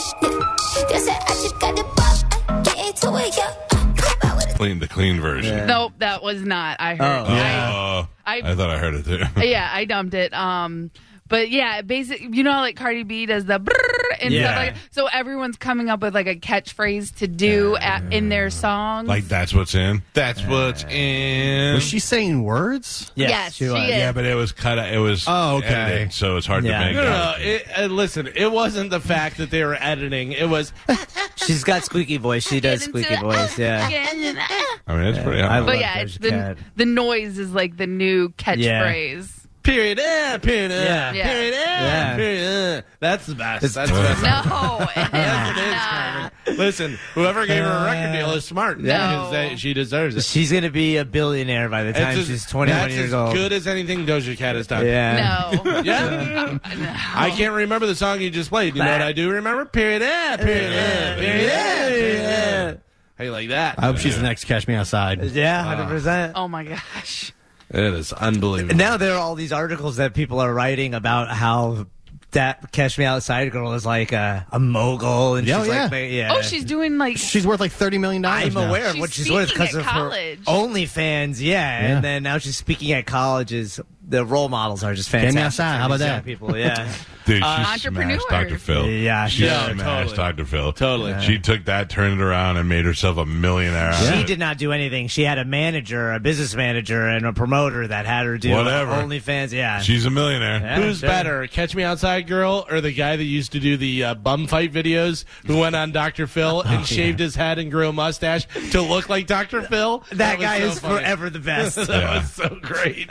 Clean the clean version.
Nope, that was not. I heard.
Oh.
Oh, I,
I-
thought I heard it too.
yeah, I dumped it. Um, but yeah, basic. You know, like Cardi B does the brrrr and
Yeah.
stuff like. So everyone's coming up with like a catchphrase to do at, in their songs.
like that's what's in. That's
Uh,
what's in.
Was she saying words?
Yes,
Yes,
she
she
was.
is.
yeah, but it was cut. out- It was
Oh, okay.
edited, so it's hard
Yeah.
to make.
No, no, no.
out.
It, uh, listen, it wasn't the fact that they were editing. It was
She's got squeaky voice. She does squeaky voice. Yeah.
I mean, it's pretty.
I
I
love-
But yeah, it's
Doja
the
Cat.
the noise is like the new catchphrase.
period. Eh, period. Eh,
Yeah.
Yeah.
Period. Eh,
Yeah.
Period. Eh. That's the best.
It's-
That's the best.
No, it is
That's what it is,
not.
Carmen. Listen, whoever gave
Uh,
her a record deal is smart. because they- she deserves it.
She's gonna be a billionaire by the time
It's as-
she's 21
that's
years
as
old.
good as anything Doja Cat has done.
Yeah. Uh,
No.
Yeah. I can't remember the song you just played. You know what I do remember? Period. Eh, period. Eh, period. Eh, period. Eh. How you like that?
I hope she's the next Catch Me Outside.
Yeah, hundred percent.
Oh my gosh.
It is unbelievable.
Now there are all these articles that people are writing about how that Catch Me Outside girl is like a, a mogul, and
Yeah,
she's
yeah.
like, ba- yeah.
Oh, she's doing like.
She's worth like thirty million dollars.
I'm
now.
aware of
She's
what she's worth
speaking
because
at
of
college.
her OnlyFans, yeah.
Yeah.
And then now she's speaking at colleges. The role models are just
me
fantastic.
outside, how
for
about
these young
that?
People, yeah.
Dude, she
uh, entrepreneur.
smashed Dr. Phil.
Yeah,
she
yeah,
smashed
totally.
Dr. Phil.
Totally. Yeah.
She took that, turned it around, and made herself a millionaire. out of
She
it.
did not do anything. She had a manager, a business manager, and a promoter that had her do
Whatever.
OnlyFans. Yeah.
She's a millionaire.
Yeah,
Who's
sure.
better, Catch Me Outside Girl or the guy that used to do the uh, bum fight videos who went on Dr. Phil and shaved his head and grew a mustache to look like Dr. Phil?
That,
was
guy
so
is
funny.
forever the best.
That was so great.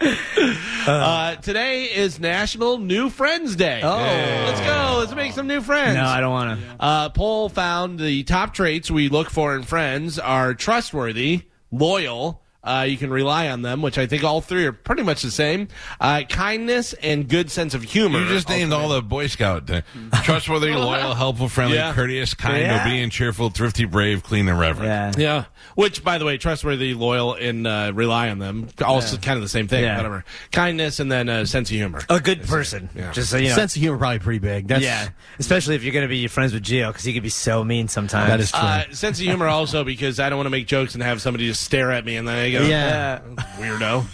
Uh, today is Uh, National New Friends Day.
Oh,
Let's go. Let's make some new friends.
No, I don't want to.
Uh, poll found the top traits we look for in friends are trustworthy, loyal. Uh, you can rely on them, which I think all three are pretty much the same. Uh, kindness and good sense of humor.
You just named all the Boy Scout thing. Trustworthy, loyal, helpful, friendly,
Yeah.
courteous, kind,
Yeah.
obedient, cheerful, thrifty, brave, clean, and reverent.
Yeah.
Yeah. Which, by the way, trustworthy, loyal, and uh, rely on them. Also, kind of the same thing.
Yeah. Oh,
Whatever. Kindness and then uh, sense of humor.
A good person.
Yeah.
Just so you know.
Sense of humor probably pretty big. That's
yeah. Especially if you're going to be friends with Gio because he could be so mean sometimes.
That is true.
Uh, sense of humor also because I don't want to make jokes and have somebody just stare at me and then I go,
Yeah.
weirdo.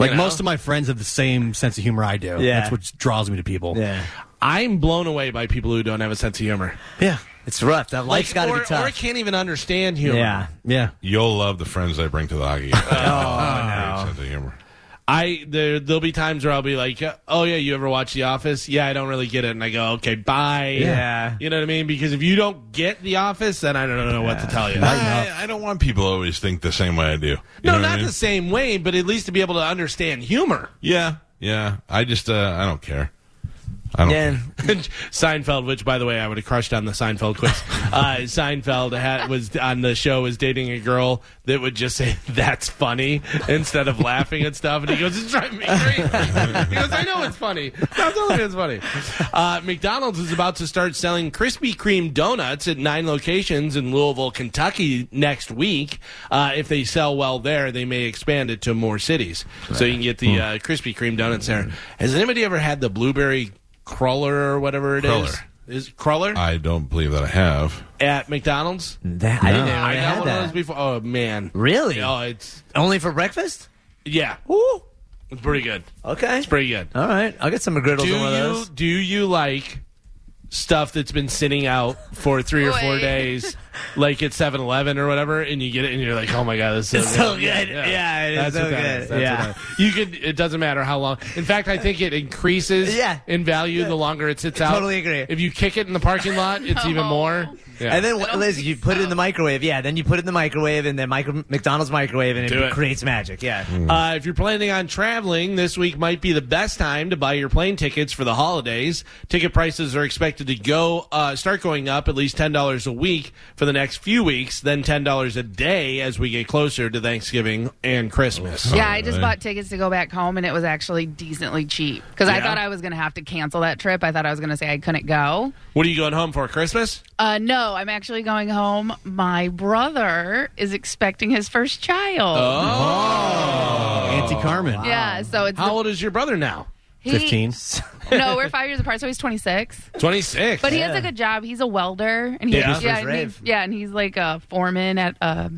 like
you know?
most of my friends have the same sense of humor I do.
Yeah.
That's what draws me to people.
Yeah.
I'm blown away by people who don't have a sense of humor.
Yeah.
It's rough. That life's got to
or,
be tough.
or can't even understand humor.
yeah.
Yeah.
You'll love the friends I bring to the hockey. oh, no. sense of humor.
I there there'll be times where I'll be like, "Oh yeah, you ever watch The Office?" Yeah, I don't really get it, and I go, "Okay, bye."
Yeah.
you know what I mean? Because if you don't get The Office, then I don't know what to tell you.
I, I don't want people to always think the same way I do. You know
Uh, no,
what
not
I mean?
the same way, but at least to be able to understand humor.
Yeah, yeah. I just, uh, I don't care. I don't.
Yeah.
Seinfeld, which by the way, I would have crushed on the Seinfeld quiz. uh, Seinfeld had, was on the show was dating a girl that would just say "That's funny" instead of laughing and stuff, and he goes, "It's driving me crazy." he goes, "I know it's funny. I'm telling you, it's funny." Uh, McDonald's is about to start selling Krispy Kreme donuts at nine locations in Louisville, Kentucky next week. Uh, if they sell well there, they may expand it to more cities, so you can get the uh, Krispy Kreme donuts there. Has anybody ever had the blueberry? crawler or whatever it is
Cruller.
is crawler
I don't believe that I have.
at McDonald's.
That, I didn't know
I
they
got
had
one
that.
of those before. Oh man,
Really?
Oh, it's
Only for breakfast?
yeah,
Ooh.
it's pretty good.
Okay.
It's pretty good.
All right. I'll get some McGriddles
Do
and one of
you
those.
do you like stuff that's been sitting out for three or four
Wait.
days, like at 7-Eleven or whatever, and you get it and you're like, oh my god, this is
It's so good. Yeah, it is so
what that
good.
is. That's
Yeah.
what that is. you could. It doesn't matter how long. In fact, I think it increases
Yeah.
in value the longer it sits out.
Totally agree.
If you kick it in the parking lot, it's even
No.
more. Yeah.
And then what,
don't
Liz,
think
you put it in the microwave. Yeah, then you put it in the microwave and then micro- McDonald's microwave and it,
Do it.
creates magic. Yeah.
Uh, if you're planning on traveling, this week might be the best time to buy your plane tickets for the holidays. Ticket prices are expected to go uh, start going up at least ten dollars a week for the next few weeks, then ten dollars a day as we get closer to Thanksgiving and Christmas.
Yeah, I just bought tickets to go back home, and it was actually decently cheap because I
Yeah?
thought I was going to have to cancel that trip. I thought I was going to say I couldn't go.
What are you going home for? Christmas?
Uh, no, I'm actually going home. My brother is expecting his first child.
Oh,
Auntie Carmen.
Yeah, so it's
Oh. How old is your brother now?
he-
15.
no, we're five years apart, so he's 26.
Twenty six.
But he has a good job. He's a welder, and he's
Yeah.
yeah,
His
first
and he-
rave.
yeah, and he's like a foreman at a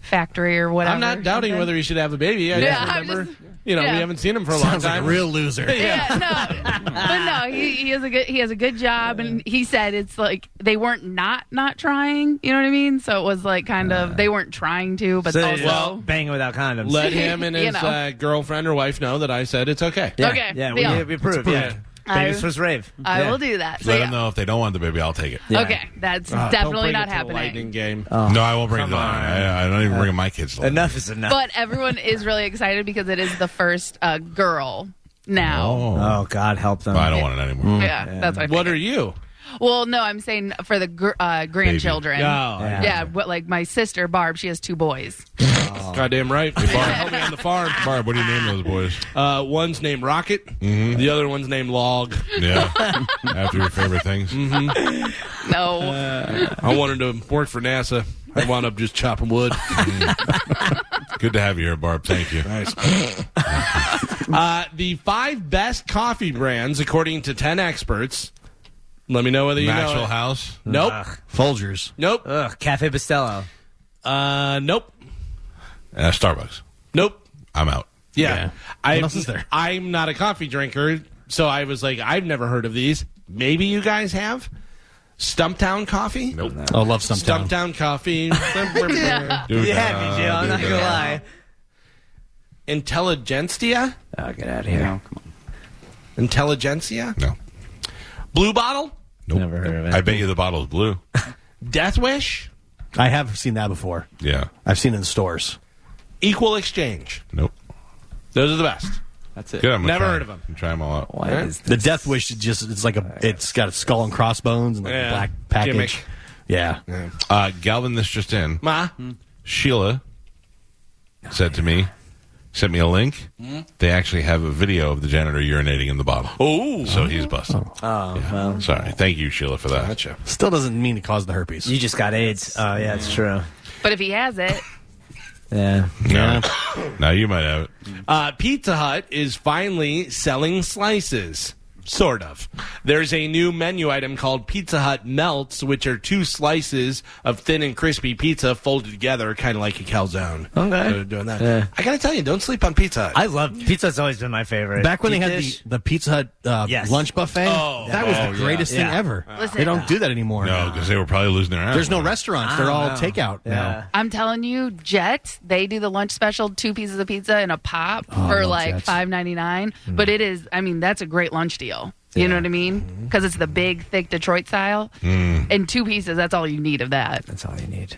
factory or whatever.
I'm not doubting
something.
whether he should have a baby. I
Yeah,
just
I'm
remember,
just-
you know,
yeah.
we haven't seen him for a long
Sounds like
time.
a real loser.
Yeah, no, but no, he, he has a good he has a good job, and he said it's like they weren't not not trying. You know what I mean? So it was like kind of they weren't trying to, but
So they
also
just bang it without condoms.
Oh, Let him and
You
his
know.
uh, girlfriend or wife know that I said it's okay.
yeah.
okay,
Yeah,
deal.
we, we approve. Yeah.
I-
Baby's first rave.
I
Yeah.
will do that. So,
Let
yeah.
them know if they don't want the baby, I'll take it.
Yeah.
Okay, that's
Don't
definitely
bring
not
it to the
happening.
Lightning game.
No, I won't bring it. to the- I, I don't even bring my kids. To the-
Enough is enough.
But everyone is really excited because it is the first uh, girl now.
Oh,
oh, God help them.
I don't want it anymore.
Yeah, that's what. I
What
figured.
are you?
Well, no, I'm saying for the gr- uh, grandchildren.
Yeah.
Yeah, but like my sister Barb, she has two boys.
Goddamn right. Barb help me on the farm.
Barb, what do you name those boys?
Uh, one's named Rocket. The other one's named Log.
Yeah, after your favorite things.
No,
I wanted to work for NASA. I wound up just chopping wood.
Good to have you here, Barb. Thank you.
Uh, the five best coffee brands, according to 10 experts. Let me know whether you
Natural
know. it.
House.
Nope.
Folgers.
Nope.
Ugh, Cafe Bustelo.
Uh, nope.
Uh, Starbucks.
Nope.
I'm out.
Yeah.
Yeah.
I'm,
else is there?
I'm not a coffee drinker, so I was like, I've never heard of these. Maybe you guys have? Stumptown Coffee? Nope.
Oh, love Stumptown.
Stumptown Coffee.
Dude,
You had me, Joe. I'm not going to lie.
Intelligentsia?
Oh, get out of here.
Intelligentsia?
No.
Blue Bottle?
Nope.
Never heard of it.
I bet you the bottle's blue.
Death Wish?
I have seen that before.
Yeah.
I've seen it in stores.
Equal Exchange.
Nope.
Those are the best. That's it.
Good. I'm gonna
Never
try
heard of
them.
them.
Try them all out.
Why is
The death wish is just it's like a it's got a skull and crossbones and like
Yeah.
a black package.
Gimmick.
Yeah.
Uh, Galvin, this just in.
Ma?
Mm-hmm.
Sheila said to me, sent me a link. They actually have a video of the janitor urinating in the bottle.
Hmm? Oh,
so he's busted. Oh, well. Sorry. Thank you, Sheila, for that. Gotcha.
Still doesn't mean to cause the herpes.
You just got AIDS. Oh yeah, it's true.
But if he has it,
Yeah.
No. now you might have it.
Uh, Pizza Hut is finally selling slices. Sort of. There's a new menu item called Pizza Hut Melts, which are two slices of thin and crispy pizza folded together, kind of like a calzone.
Okay.
So doing that.
Yeah.
I gotta tell you, don't sleep on Pizza Hut.
I love pizza's always been my favorite.
Back when they had the,
Deep dish?
the Pizza Hut uh,
Yes.
lunch buffet,
Oh, Uh,
that was
oh,
the
yeah.
greatest thing
Yeah.
ever.
Listen.
Uh, they don't do that anymore.
No, because they were probably losing their ass.
There's no restaurants. They're all
I don't know.
takeout now.
I'm telling you, Jets, they do the lunch special, two pieces of pizza and a pop for
love
like
Jets.
five ninety nine. But it is, I mean, that's a great lunch deal. You know what I mean? Because it's the big, thick Detroit style, and two pieces. That's all you need of that.
That's all you need.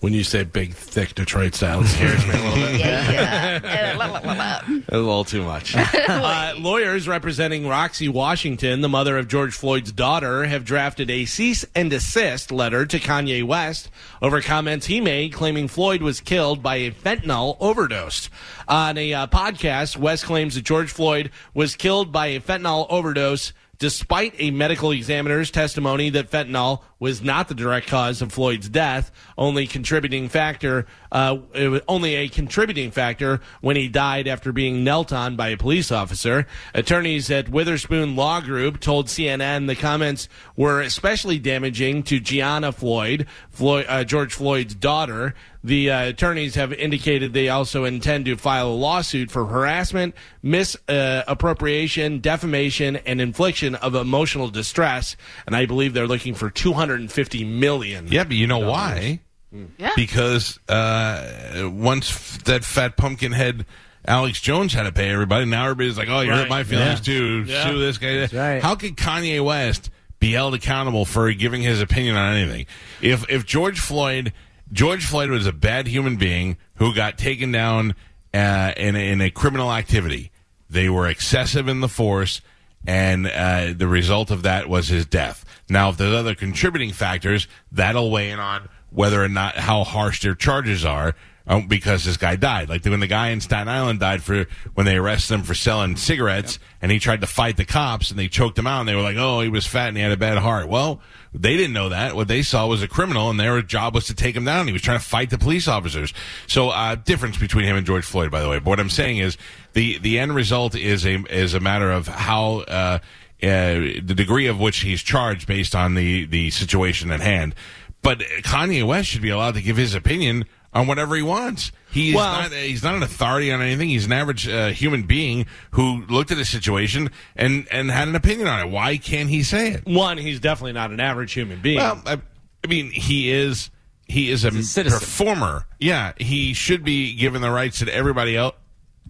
when you say big, thick Detroit style, it scares me a little bit. A little too much. uh, lawyers representing Roxy Washington, the mother of George Floyd's daughter, have drafted a cease and desist letter to Kanye West over comments he made claiming Floyd was killed by a fentanyl overdose. On a uh, podcast, West claims that George Floyd was killed by a fentanyl overdose despite a medical examiner's testimony that fentanyl was not the direct cause of Floyd's death, only contributing factor, uh, it was only a contributing factor when he died after being knelt on by a police officer. Attorneys at Witherspoon Law Group told CNN the comments were especially damaging to Gianna Floyd, Floyd uh, George Floyd's daughter. The uh, attorneys have indicated they also intend to file a lawsuit for harassment, misappropriation, defamation, and infliction of emotional distress. And I believe they're looking for two hundred and fifty million.
Yeah, but you know why?
Hmm.
Yeah.
Because uh, once f- that fat pumpkin head Alex Jones had to pay everybody, now everybody's like, oh, you
Right.
hurt my feelings too.
Yeah.
Sue this guy.
right.
How could Kanye West be held accountable for giving his opinion on anything? If if George Floyd, George Floyd was a bad human being who got taken down uh, in a- in a criminal activity. They were excessive in the force and uh, the result of that was his death. Now, if there's other contributing factors, that'll weigh in on whether or not how harsh their charges are. Um, because this guy died, like when the guy in Staten Island died for when they arrested him for selling cigarettes, and he tried to fight the cops, and they choked him out, and they were like, "Oh, he was fat and he had a bad heart." Well, they didn't know that. What they saw was a criminal, and their job was to take him down. He was trying to fight the police officers. So, uh, difference between him and George Floyd, by the way. But what I'm saying is, the the end result is a is a matter of how uh, uh, the degree of which he's charged based on the the situation at hand. But Kanye West should be allowed to give his opinion on whatever he wants. He's
Well-
not he's not an authority on anything. He's an average uh, human being who looked at a situation and and had an opinion on it. Why can't he say it?
One, he's definitely not an average human being.
Well, I, I mean, he is he is a, performer. Yeah, he should be given the rights that everybody else.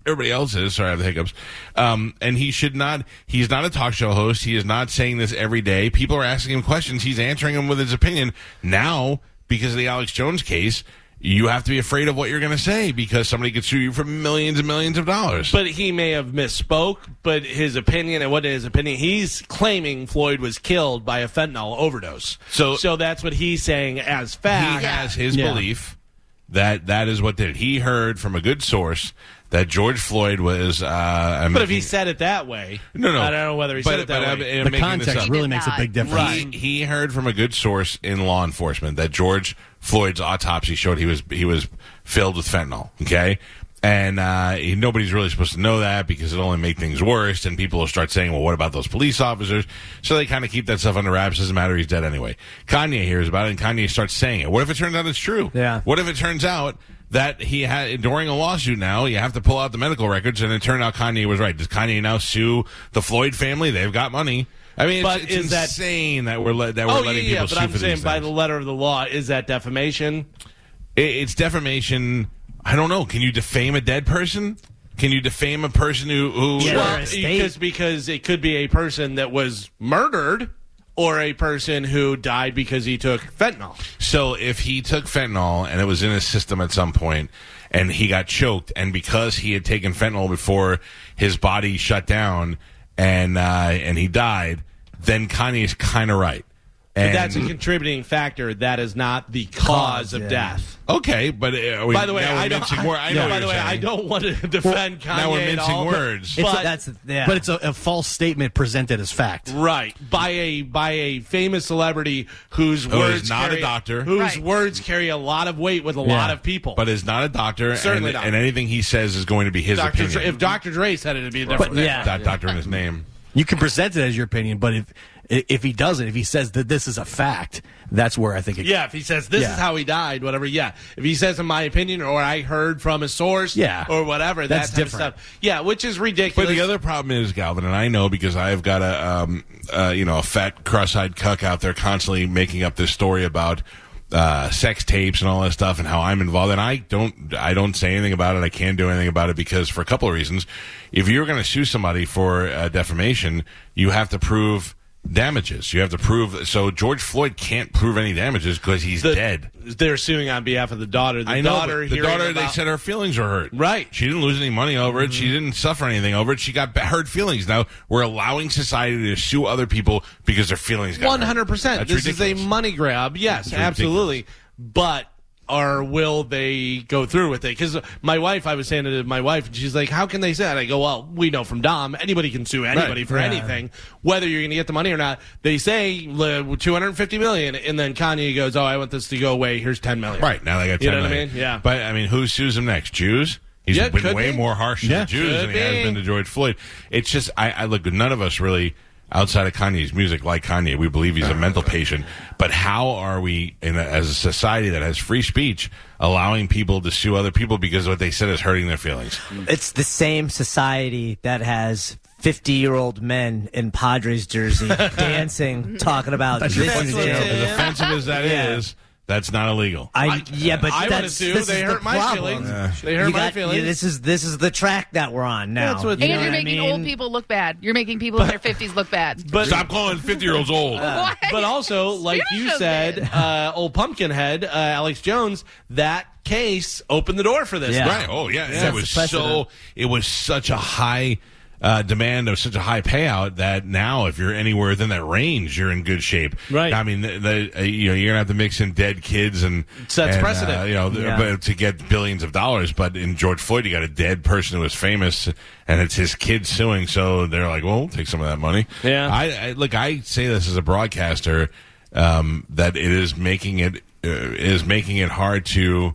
Everybody else is sorry, I have the hiccups. Um, and he should not. He's not a talk show host. He is not saying this every day. People are asking him questions. He's answering them with his opinion now because of the Alex Jones case. You have to be afraid of what you're going to say because somebody could sue you for millions and millions of dollars.
But he may have misspoke, but his opinion and what his opinion, he's claiming Floyd was killed by a fentanyl overdose.
So-
so that's what he's saying as
he
fact.
has his belief that that is what did it. he heard from a good source that George Floyd was. Uh, I'm
But if he
making-
said it that way,
no, no,
I don't know whether he
but,
said it that
but I'm-
way.
I'm
The
making this
context
up.
He
really
did
makes
not.
a big difference.
Right.
He, he heard from a good source in law enforcement that George Floyd's autopsy showed he was he was filled with fentanyl. Okay. And uh, he- nobody's really supposed to know that because it only make things worse. And people will start saying, "Well, what about those police officers?" So they kind of keep that stuff under wraps. Doesn't matter. He's dead anyway. Kanye hears about it, and Kanye starts saying it. What if it turns out it's true?
Yeah.
What if it turns out that he had during a lawsuit now you have to pull out the medical records, and it turned out Kanye was right. Does Kanye now sue the Floyd family? They've got money. I mean,
But
it's, it's
is that-
insane that we're let, that we're
oh yeah,
letting
yeah,
people
but
sue
I'm
for
saying
these
by the
things.
letter of the law, is that defamation?
It- it's defamation. I don't know. Can you defame a dead person? Can you defame a person who who
Yeah. Well,
Because because it could be a person that was murdered or a person who died because he took fentanyl.
So if he took fentanyl and it was in his system at some point and he got choked and because he had taken fentanyl before his body shut down and uh, and he died, then Kanye is kind of right.
But
And
that's a contributing factor. That is not the cause of
yeah.
death.
okay, but uh, are we,
by the way,
now we're
I don't.
mincing wor- I know
yeah,
what
by the
you're
way, I
saying.
don't want to defend Kanye
now we're
at
mincing
all,
words.
But,
But- But it's a, a false statement presented as fact.
Right by a by a famous celebrity whose
Who is
words
not a
carry-
doctor.
whose
Right.
words carry a lot of weight with a lot of people.
But is not a doctor,
Certainly
and,
not.
and anything he says is going to be his
Dr. Dre,
opinion.
if Dr. Dre said it, it'd be a different.
But-
thing.
yeah. That doctor in his name.
You can present it as your opinion, but if if he doesn't, if he says that this is a fact, that's where I think it
Yeah, if he says this
Yeah.
is how he died, whatever. Yeah, if he says in my opinion or I heard from a source,
Yeah.
or whatever.
That's
that type of
different.
stuff. Yeah, which is
But
ridiculous.
the other problem is Galvin, and I know because I've got a um, uh, you know a fat cross-eyed cuck out there constantly making up this story about uh, sex tapes and all that stuff, and how I'm involved. And I don't I don't say anything about it. I can't do anything about it because for a couple of reasons. If you're going to sue somebody for uh, defamation, you have to prove damages. You have to prove. So George Floyd can't prove any damages because he's dead.
they're suing on behalf of the daughter. The
I know,
daughter.
but the
hearing
daughter. they
about-
said her feelings are hurt.
Right. Mm-hmm.
She didn't lose any money over it. She didn't suffer anything over it. She got ba- hurt feelings. Now we're allowing society to sue other people because their feelings got
One hundred percent.
That's
This
ridiculous.
is a money grab. Yes,
That's
absolutely. But or will they go through with it? Because my wife, I was saying it to my wife, and she's like, "How can they say that?" I go, "Well, we know from Dom, anybody can sue anybody
Right.
for
Yeah.
anything, whether you're going to get the money or not." They say two hundred fifty million, and then Kanye goes, "Oh, I want this to go away. Here's ten million.
Right now they got.
You
10
know what I
million.
mean? Yeah.
But I mean, who sues him next? Jews. He's
Yeah,
been
could
way
be.
more harsh to
Yeah.
the Jews
Could
than he has
be.
been to George Floyd. It's just I, I look. None of us really. Outside of Kanye's music, like Kanye, we believe he's a mental patient. But how are we, in a, as a society that has free speech, allowing people to sue other people because what they said is hurting their feelings?
It's the same society that has 50 year old men in Padres jersey dancing, talking about
That's
this.
offensive,
is
Joe.
it.
As offensive as that is,
Yeah.
that's not illegal.
I, yeah, but
I wanna
that's,
sue.
this
They
is
hurt
the
my
problem.
feelings. Yeah. They hurt
You
my
got-
feelings.
yeah, This is this is the track that we're on now.
That's what-
You
and
know
you're
what I
making
mean?
old people look bad. You're making people in their 50s look bad.
But
Stop calling fifty-year-olds old.
Uh,
but also, like you said, uh, old Pumpkinhead, uh, Alex Jones, that case opened the door for this.
Right. Oh yeah. yeah. It was so. It was such a high uh, demand of such a high payout that now, if you're anywhere within that range, you're in good shape. Right. I mean, the, the, uh, you know, you're gonna have to mix in dead kids and
Sets
and,
precedent.
uh, you know, th-
Yeah.
but to get billions of dollars. But in George Floyd, you got a dead person who was famous, and it's his kid suing. So they're like, well, we'll take some of that money. Yeah. I, I look. I say this as a broadcaster um, that it is making it uh, is making it hard to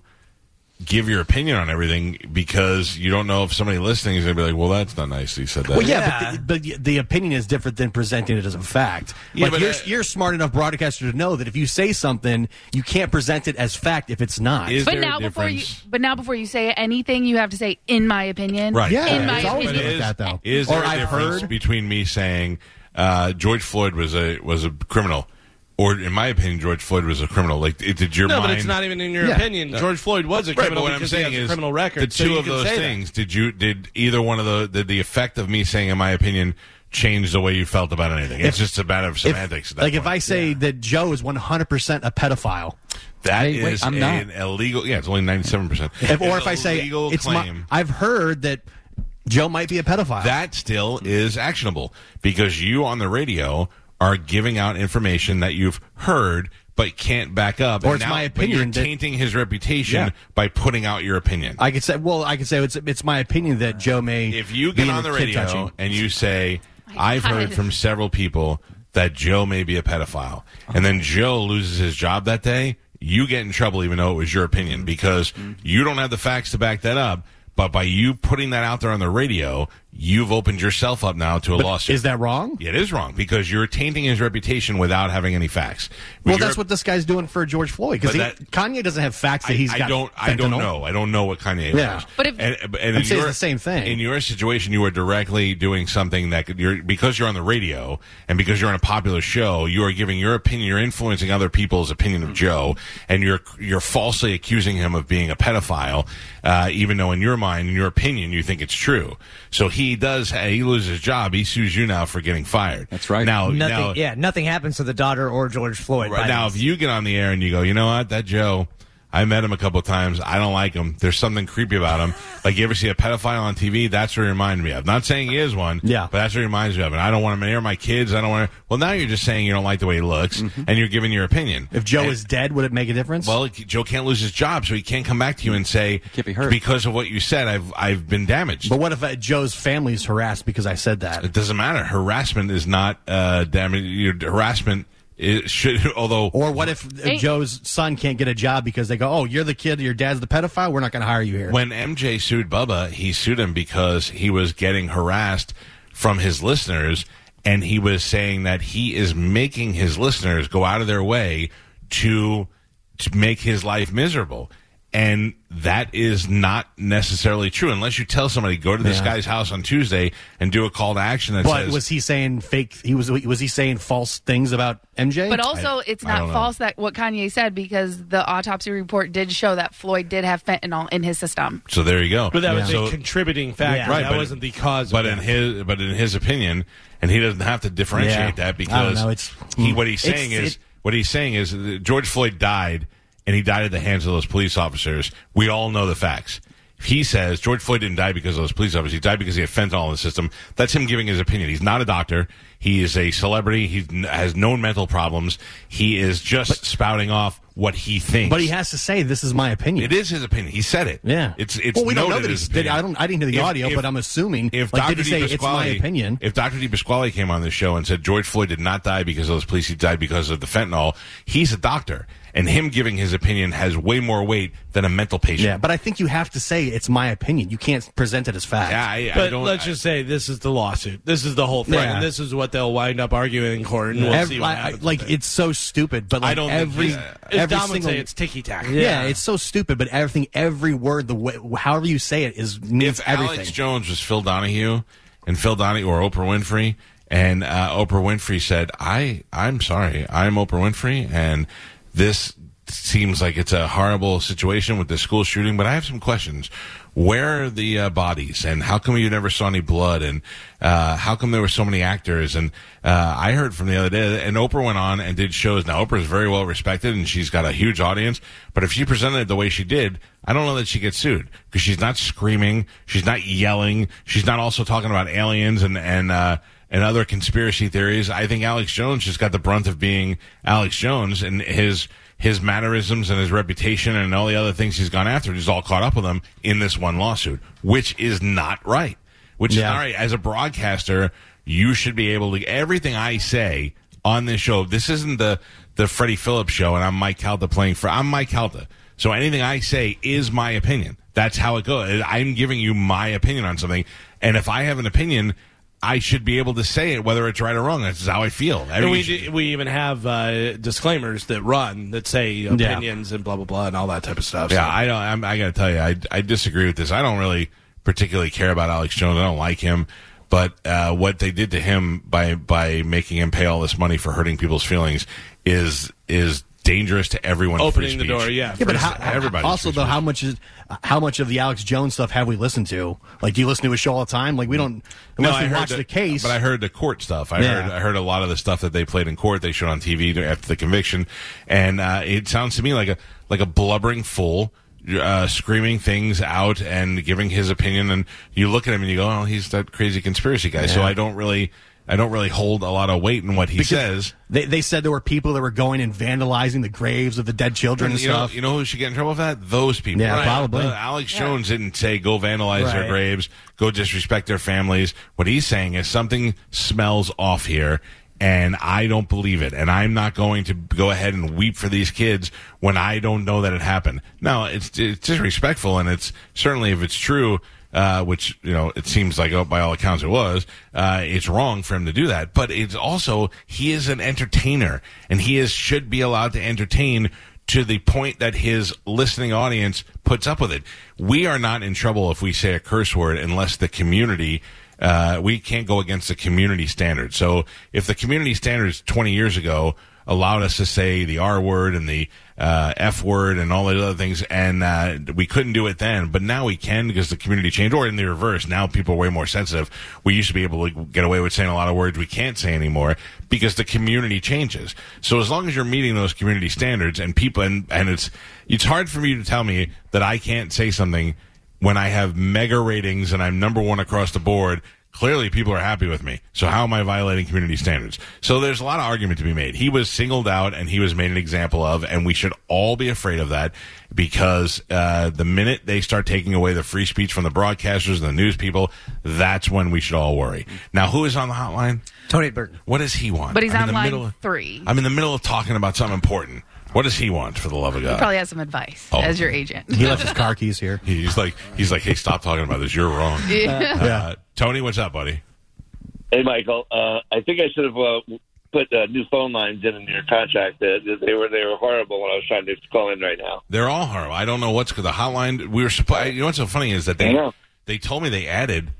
give your opinion on everything because you don't know if somebody listening is going to be like, well, that's not nice. He said that.
Well, yeah, But, the, but the opinion is different than presenting it as a fact.
Yeah,
like
but
you're,
I-
you're a smart enough broadcaster to know that if you say something, you can't present it as fact if it's not.
but now before you, but now before you say anything, you have to say, "In my opinion." In my
But
opinion.
is-
though.
Is
Or
there a
I've
difference
heard-
between me saying uh, George Floyd was a was a criminal, or in my opinion, George Floyd was a criminal? Like, it, did your
no,
mind?
but it's not even in your
Yeah.
opinion.
No.
George Floyd was a
Right, but
criminal
what I'm
because
saying
he has
is
a criminal record.
The
so
two
you
of
can
those
say that.
things. Did you did either one of the did the effect of me saying, in my opinion, change the way you felt about anything? it's just a matter of semantics. at that
like if
point.
I say that Joe is 100% a pedophile.
That is
Wait, wait, I'm not.
an illegal. Yeah, it's only ninety seven percent.
If, or if I say it's my, I've heard that Joe might be a pedophile.
that still is actionable because you on the radio are giving out information that you've heard but can't back up.
Or
And
it's my
but
opinion
You're
that-
tainting his reputation
Yeah.
by putting out your opinion.
I could say, well, I could say it's it's my opinion that Joe may.
If you
be
get
into
on the
kid
radio
touching.
and you say, "I've
God.
heard from several people that Joe may be a pedophile," and then Joe loses his job that day, you get in trouble, even though it was your opinion because you don't have the facts to back that up. But by you putting that out there on the radio, you've opened yourself up now to a
But
lawsuit.
is that wrong?
It is wrong because you're tainting his reputation without having any facts.
well,
You're-
that's what this guy's doing for George Floyd because
But that-
Kanye doesn't have facts that
I-
he's
I
got
don't. I don't
fentanyl.
know. I don't know what Kanye
Yeah.
is.
But if-
and, and
I'd
in
say it's
your-
the same thing.
In your situation, you are directly doing something that could, you're because you're on the radio and because you're on a popular show. You are giving your opinion. You're influencing other people's opinion of Joe, and you're you're falsely accusing him of being a pedophile, uh, even though in your mind, in your opinion, you think it's true. So he he does, he loses his job. He sues you now for getting fired. That's right. Now,
nothing.
now,
yeah, nothing happens to the daughter or George Floyd.
Right
by
now,
this.
if you get on the air and you go, you know what, that Joe, I met him a couple of times. I don't like him. There's something creepy about him. like you ever see a pedophile on TV? That's what he reminded me of. Not saying he is one. Yeah. But that's what he reminds me of. And I don't want him near my kids. I don't want to. Well, now you're just saying you don't like the way he looks, and you're giving your opinion.
If Joe
And-
is dead, would it make a difference?
well, Joe can't lose his job, so he can't come back to you and say can't be hurt. because of what you said. I've I've been damaged.
but what if uh, Joe's family is harassed because I said that?
It doesn't matter. Harassment is not uh, damage. Your harassment is, should, although
Or what if uh,
Hey.
Joe's son can't get a job because they go, "Oh, you're the kid, your dad's the pedophile. We're not going to hire you here."
When MJ sued Bubba, he sued him because he was getting harassed from his listeners, and he was saying that he is making his listeners go out of their way to to make his life miserable. And that is not necessarily true unless you tell somebody go to this
Yeah.
guy's house on Tuesday and do a call to action that
but
says
was he saying fake? He was was he saying false things about MJ?
But also, it's not false that what Kanye said because the autopsy report did show that Floyd did have fentanyl in his system.
So there you go.
But that was
So-
a contributing factor.
Right,
that
but-
wasn't the cause.
But
of
in
that.
his but in his opinion, and he doesn't have to differentiate
Yeah. I don't
that because
know, it's-
he what he's
It's-
saying is
it-
what he's saying is that George Floyd died and he died at the hands of those police officers. We all know the facts. He says George Floyd didn't die because of those police officers. He died because he had fentanyl in the system. That's him giving his opinion. He's not a doctor. He is a celebrity. He n- has known mental problems. He is just spouting off what he thinks.
But he has to say, "This is my opinion."
It is his opinion. He said it.
Yeah.
It's it's.
well, we don't know
noted
that
his
he's. Did,
opinion.
I don't. I didn't hear the
If-
audio,
if-
but I'm assuming.
if
like,
Dr.
did he say it's my
DePasquale-
opinion?
If Dr. DePasquale came on this show and said George Floyd did not die because of those police, he died because of the fentanyl, he's a doctor. And him giving his opinion has way more weight than a mental patient.
Yeah, but I think you have to say it's my opinion. You can't present it as fact.
I,
but let's just say this is the lawsuit. This is the whole thing,
Yeah.
and this is what they'll wind up arguing in court, and we'll
Every-
see what
I- I-
happens.
like it's so stupid, but
I
like
don't think
every
it's- As
every
Dom would
single
say, it's ticky-tack.
Yeah.
Yeah.
it's so stupid, but everything, every word, the way, however you say it, is means
if
everything.
Alex Jones was Phil Donahue and Phil Donahue or Oprah Winfrey and uh, Oprah Winfrey said, "I I'm sorry, I'm Oprah Winfrey, and this seems like it's a horrible situation with the school shooting, but I have some questions." Where are the uh, bodies, and how come you never saw any blood, and uh, how come there were so many actors? And uh, I heard from the other day, and Oprah went on and did shows. Now Oprah's very well respected, and she's got a huge audience. But if she presented it the way she did, I don't know that she gets sued because she's not screaming, she's not yelling, she's not also talking about aliens and and uh, and other conspiracy theories. I think Alex Jones just got the brunt of being Alex Jones and his his mannerisms and his reputation and all the other things he's gone after. He's all caught up with him in this one lawsuit, which is not right. Which is
Yeah.
not right. As a broadcaster, you should be able to everything I say on this show. This isn't the the Freddie Phillips show, and I'm Mike Calda playing for. I'm Mike Calda, so anything I say is my opinion. That's how it goes. I'm giving you my opinion on something, and if I have an opinion, I should be able to say it, whether it's right or wrong. That's how I feel. I
and
mean,
we
you should-
do, we even have uh, disclaimers that run that say opinions and blah blah blah and all that type of stuff.
Yeah, I don't. I'm, I got to tell you, I, I disagree with this. I don't really particularly care about Alex Jones. I don't like him. But uh, what they did to him by by making him pay all this money for hurting people's feelings is is dangerous to everyone.
Opening the door, yeah.
Yeah, but
Free
how,
speech. Everybody's
also
free
though, how much is how much of the Alex Jones stuff have we listened to? Like, do you listen to his show all the time? Like, we don't unless
I
we
heard
watch the, case.
But I heard the court stuff. I
Yeah.
heard I heard a lot of the stuff that they played in court. They showed on TV to- after the conviction, and uh, it sounds to me like a like a blubbering fool. Uh, screaming things out and giving his opinion, and you look at him and you go, "Oh, he's that crazy conspiracy guy." So
Yeah.
I don't really, I don't really hold a lot of weight in what he
Because
says.
they, they said there were people that were going and vandalizing the graves of the dead children and
you know,
stuff.
you know who should get in trouble for that? Those people.
Yeah, probably.
Uh, Alex Jones didn't say go vandalize their
Right.
graves, go disrespect their families. What he's saying is something smells off here. And I don't believe it. And I'm not going to go ahead and weep for these kids when I don't know that it happened. No, it's, it's disrespectful. And it's certainly, if it's true, uh, which, you know, it seems like oh, by all accounts it was, uh, it's wrong for him to do that. But it's also, he is an entertainer and he is, should be allowed to entertain to the point that his listening audience puts up with it. We are not in trouble if we say a curse word unless the community. Uh, we can't go against the community standard. So if the community standards 20 years ago allowed us to say the R word and the uh, F word and all those other things, and uh, we couldn't do it then. But now we can because the community changed, or in the reverse, now people are way more sensitive. We used to be able to get away with saying a lot of words we can't say anymore because the community changes. So as long as you're meeting those community standards and people, and, and it's it's hard for me to tell me that I can't say something when I have mega ratings and I'm number one across the board, clearly people are happy with me. So how am I violating community standards? So there's a lot of argument to be made. He was singled out and he was made an example of, and we should all be afraid of that because uh, the minute they start taking away the free speech from the broadcasters and the news people, that's when we should all worry. Now, who is on the hotline?
Tony Burton.
What does he want?
But he's
I'm in
on
the
line
middle of- Uh,
three.
I'm in the middle of talking about something important. What does he want, for the love of
He
God?
probably has some advice
Oh.
as your agent.
He left his
car keys here.
He's like, he's like, hey, stop talking about this. You're wrong.
Yeah.
Uh, Tony, what's up, buddy?
Hey, Michael. Uh, I think I should have uh, put uh, new phone lines in in your contract. That that they were they were horrible when I was trying to call in right now.
They're all horrible. I don't know what's because the hotline we were supposed. You know what's so funny is that they
know.
they told me they added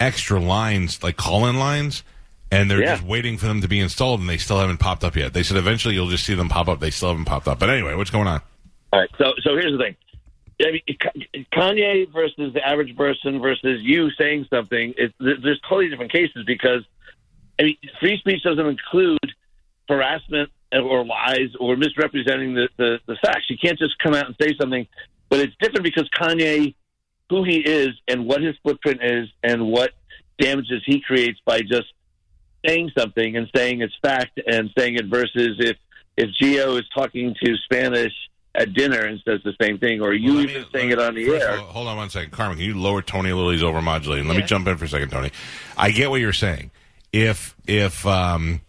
extra lines like call in lines, and they're
Yeah.
just waiting for them to be installed, and they still haven't popped up yet. They said eventually you'll just see them pop up. They still haven't popped up. But anyway, what's going on?
All right. So so here's the thing. I mean, Ka- Kanye versus the average person versus you saying something. It's, there- there's totally different cases because I mean, free speech doesn't include harassment or lies or misrepresenting the, the, the facts. You can't just come out and say something. But it's different because Kanye, who he is and what his footprint is and what damages he creates by just saying something and saying it's fact and saying it versus if if Geo is talking to Spanish at dinner and says the same thing or you even saying it on the
First of
air.
all, hold on one second, Carmen. Can you lower Tony a little? He's overmodulating. Let me jump in for a second, Tony. I get what you're saying. If if um,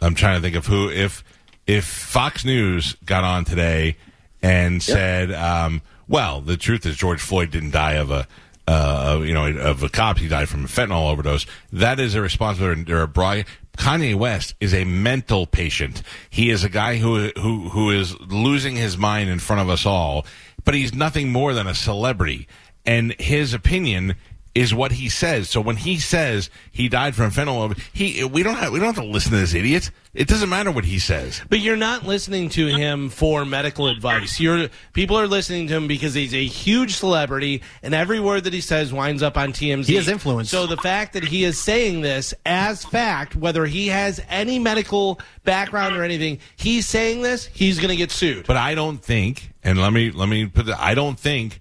I'm trying to think of who if if Fox News got on today and said, um, well, the truth is George Floyd didn't die of a. Uh, of, you know, of a cop, he died from a fentanyl overdose. That is irresponsible or, or a broad. Kanye West is a mental patient. He is a guy who who who is losing his mind in front of us all but he's nothing more than a celebrity. And his opinion is what he says. So when he says he died from fentanyl, he we don't have we don't have to listen to this idiot. It doesn't matter what he says.
But you're not listening to him for medical advice. You're people are listening to him because he's a huge celebrity, and every word that he says winds up on TMZ.
He has influence.
So the fact that he is saying this as fact, whether he has any medical background or anything, he's saying this, he's going to get sued.
But I don't think, and let me let me put that. I don't think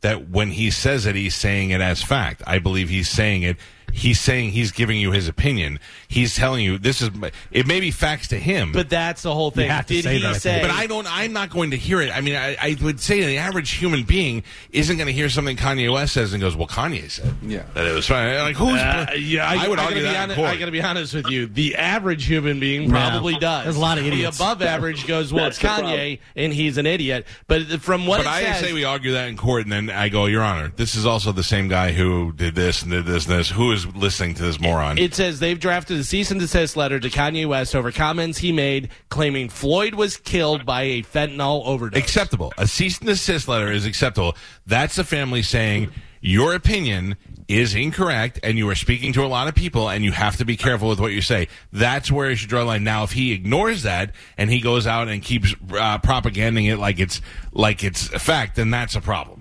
that when he says it, he's saying it as fact. I believe he's saying it. He's saying he's giving you his opinion. He's telling you this is. my- It may be facts to him,
But that's the whole thing. Did he say?
But I don't. I'm not going to hear it. I mean, I, I would say the average human being isn't going to hear something Kanye West says and goes, "Well, Kanye said yeah that it was fine." Like who's?
Uh, yeah, I,
I would
I gotta be
argue that. in
honest,
court.
I got to be honest with you. The average human being
No.
probably does.
There's a lot of idiots.
The above average goes, well, it's
That's the problem.
Kanye, and he's an idiot. But from what
but
it
I
says,
say we argue that in court, and then I go, "Your Honor, this is also the same guy who did this and did this and this. Who is listening to this moron?"
It says they've drafted a cease and desist letter to Kanye West over comments he made claiming Floyd was killed by a fentanyl overdose.
acceptable. A cease and desist letter is acceptable. That's the family saying your opinion is incorrect and you are speaking to a lot of people and you have to be careful with what you say. That's where you should draw the line. Now, if he ignores that and he goes out and keeps uh, propaganding it like it's like it's a fact, then that's a problem.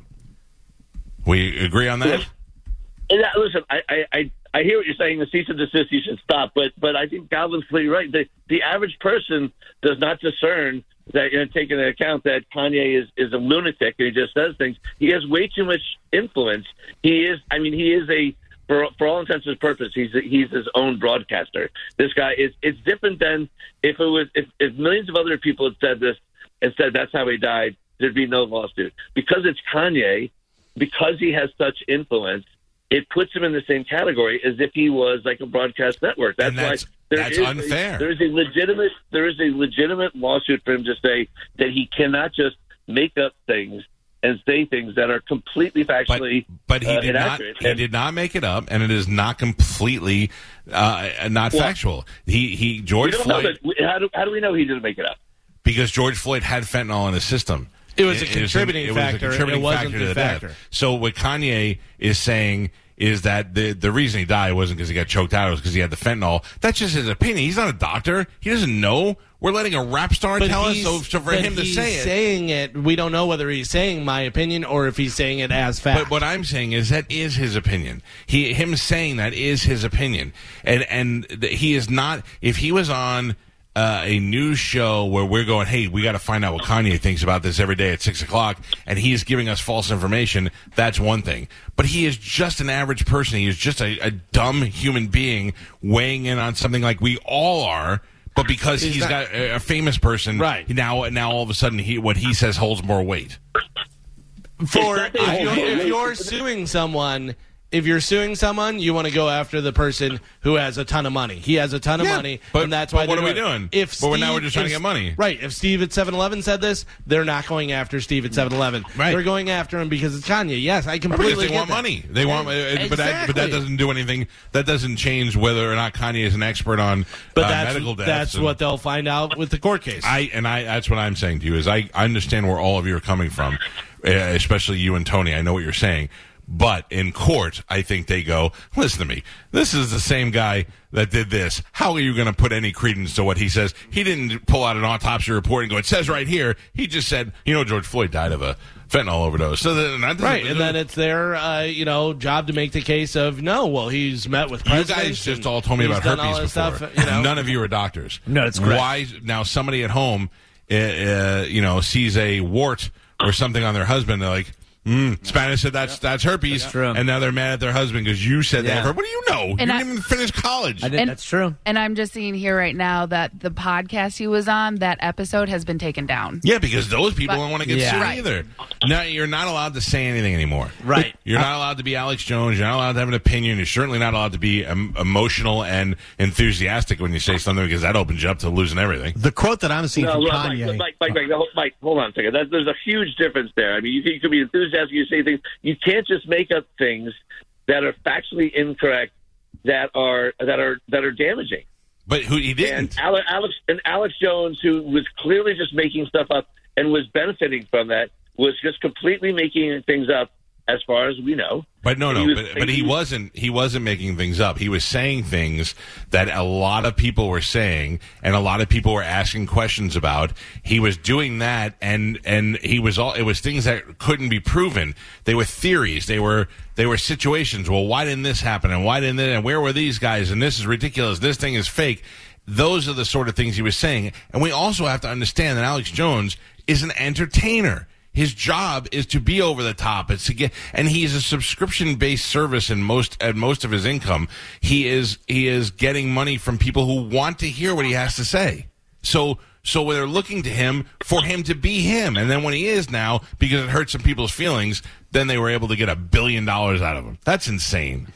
We agree on that?
And that, listen, I, I, I, I hear what you're saying. The cease and desist, you should stop. But, but I think Galvin's completely right. The, the average person does not discern that, you know, taking into account that Kanye is, is a lunatic and he just says things. He has way too much influence. He is, I mean, he is a, for, for all intents and purposes, he's, he's his own broadcaster. This guy is, it's different than if it was, if, if millions of other people had said this and said that's how he died, there'd be no lawsuit. Because it's Kanye, because he has such influence, it puts him in the same category as if he was like a broadcast network. That's,
And that's-
why there
that's
is a-
unfair.
there is a legitimate there is a legitimate lawsuit for him to say that he cannot just make up things and say things that are completely factually
But he
uh,
did not.
inaccurate.
He did not make it up, and it is not completely uh, not
Well,
factual. He he George
we don't
Floyd
know that. We- How do, how do we know he didn't make it up?
because George Floyd had fentanyl in his system.
It was a
was
contributing factor. It wasn't the factor.
So what Kanye is saying is that the the reason he died wasn't because he got choked out. It was because he had the fentanyl. That's just his opinion. He's not a doctor. He doesn't know We're letting a rap star
But
tell us.
he's-
So, so for
but
him to
he's
say it,
saying it, we don't know whether he's saying my opinion or if he's saying it as fact.
But what I'm saying is that is his opinion. He him saying that is his opinion, and and th- he is not. If he was on uh, a news show where we're going, hey, we got to find out what Kanye thinks about this every day at six o'clock, and he's giving us false information. That's one thing. But he is just an average person. He is just a, a dumb human being weighing in on something like we all are. But because
He's
he's
not-
got a, a famous person, right now, now all of a sudden, he what he says holds more weight.
for
It's
if
not that
you're,
he-
if you're suing someone if you're suing someone you want to go after the person who has a ton of money he has a ton of
Yeah,
money
but-
and that's why
but what
they're
are we
it.
doing?
if
But we're- now
Steve-
we're just trying to
if-
get money.
right if steve at 7-eleven said this they're not going after steve at 7-eleven right. they're going after him because it's kanye yes i completely
Because they
get
want
that.
money. They want, uh,
Exactly.
but that but that doesn't do anything. That doesn't change whether or not Kanye is an expert on
But
uh,
that's,
medical deaths.
that's
and-
what they'll find out with the court case
I and I. That's what I'm saying to you is I, I understand where all of you are coming from, uh, especially you and Tony. I know what you're saying, but in court, I think they go, listen to me. This is the same guy that did this. How are you going to put any credence to what he says? He didn't pull out an autopsy report and go, it says right here. He just said, you know, George Floyd died of a fentanyl overdose. So then, that doesn't-
Right, and then it's their uh, you know job to make the case of no. Well, he's met with
You
presidents.
guys just
and
all told me
he's
about
done
herpes
all
before.
this Stuff, you know,
None of you are doctors.
No, that's correct.
Why now? Somebody at home, uh, uh, you know, sees a wart or something on their husband. They're like, mm, "Spanish said that's that's herpes," and now they're mad at their husband because you said
Yeah.
that. What do you know?
And
you
I-
didn't even finish college.
I did- that's true.
And I'm just seeing here right now that the podcast he was on, that episode has been taken down.
Yeah, because those people
But-
don't want to get
Yeah.
sued
Right.
either. No, you're not allowed to say anything anymore.
Right.
You're not allowed to be Alex Jones. You're not allowed to have an opinion. You're certainly not allowed to be um, emotional and enthusiastic when you say something because that opens you up to losing everything.
The quote that I'm seeing
No,
from
look, Mike,
Kanye.
look, Mike, Mike, Mike, no, Mike, hold on a second. That, there's a huge difference there. I mean, you, can- you can be enthusiastic, you say things. You can't just make up things that are factually incorrect, that are that are that are damaging.
But who he
didn't. And Alex, Alex and Alex Jones, who was clearly just making stuff up and was benefiting from that, was just completely making things up, as far as we know.
But no, no,
He was
but, but he
thinking-
wasn't. He wasn't making things up. He was saying things that a lot of people were saying, and a lot of people were asking questions about. He was doing that, and and he was all. It was things that couldn't be proven. They were theories. They were they were situations. Well, why didn't this happen? And why didn't that? And where were these guys? And this is ridiculous. This thing is fake. Those are the sort of things he was saying. And we also have to understand that Alex Jones is an entertainer. His job is to be over the top. It's to get, and he's a subscription based service in most at most of his income. He is he is getting money from people who want to hear what he has to say. So so they're looking to him for him to be him. And then when he is now, because it hurts some people's feelings, then they were able to get a billion dollars out of him. That's insane.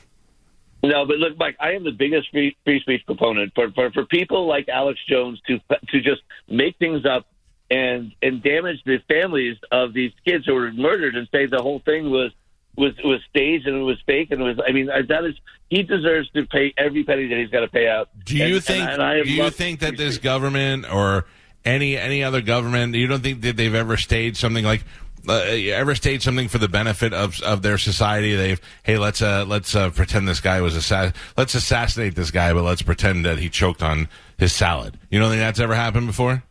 No, but look, Mike, I am the biggest free, free speech proponent for, for for people like Alex Jones to to just make things up and and damage the families of these kids who were murdered and say the whole thing was was was staged and it was fake and it was. I mean, I- that is he deserves to pay every penny that he's got to pay out.
Do you
And- and-
think
and I am
do you
not-
think that this government or any any other government you don't think that they've ever staged something like uh, ever staged something for the benefit of of their society? They've hey let's uh let's uh, pretend this guy was assass- let's assassinate this guy, but let's pretend that he choked on his salad. You don't think that's ever happened before?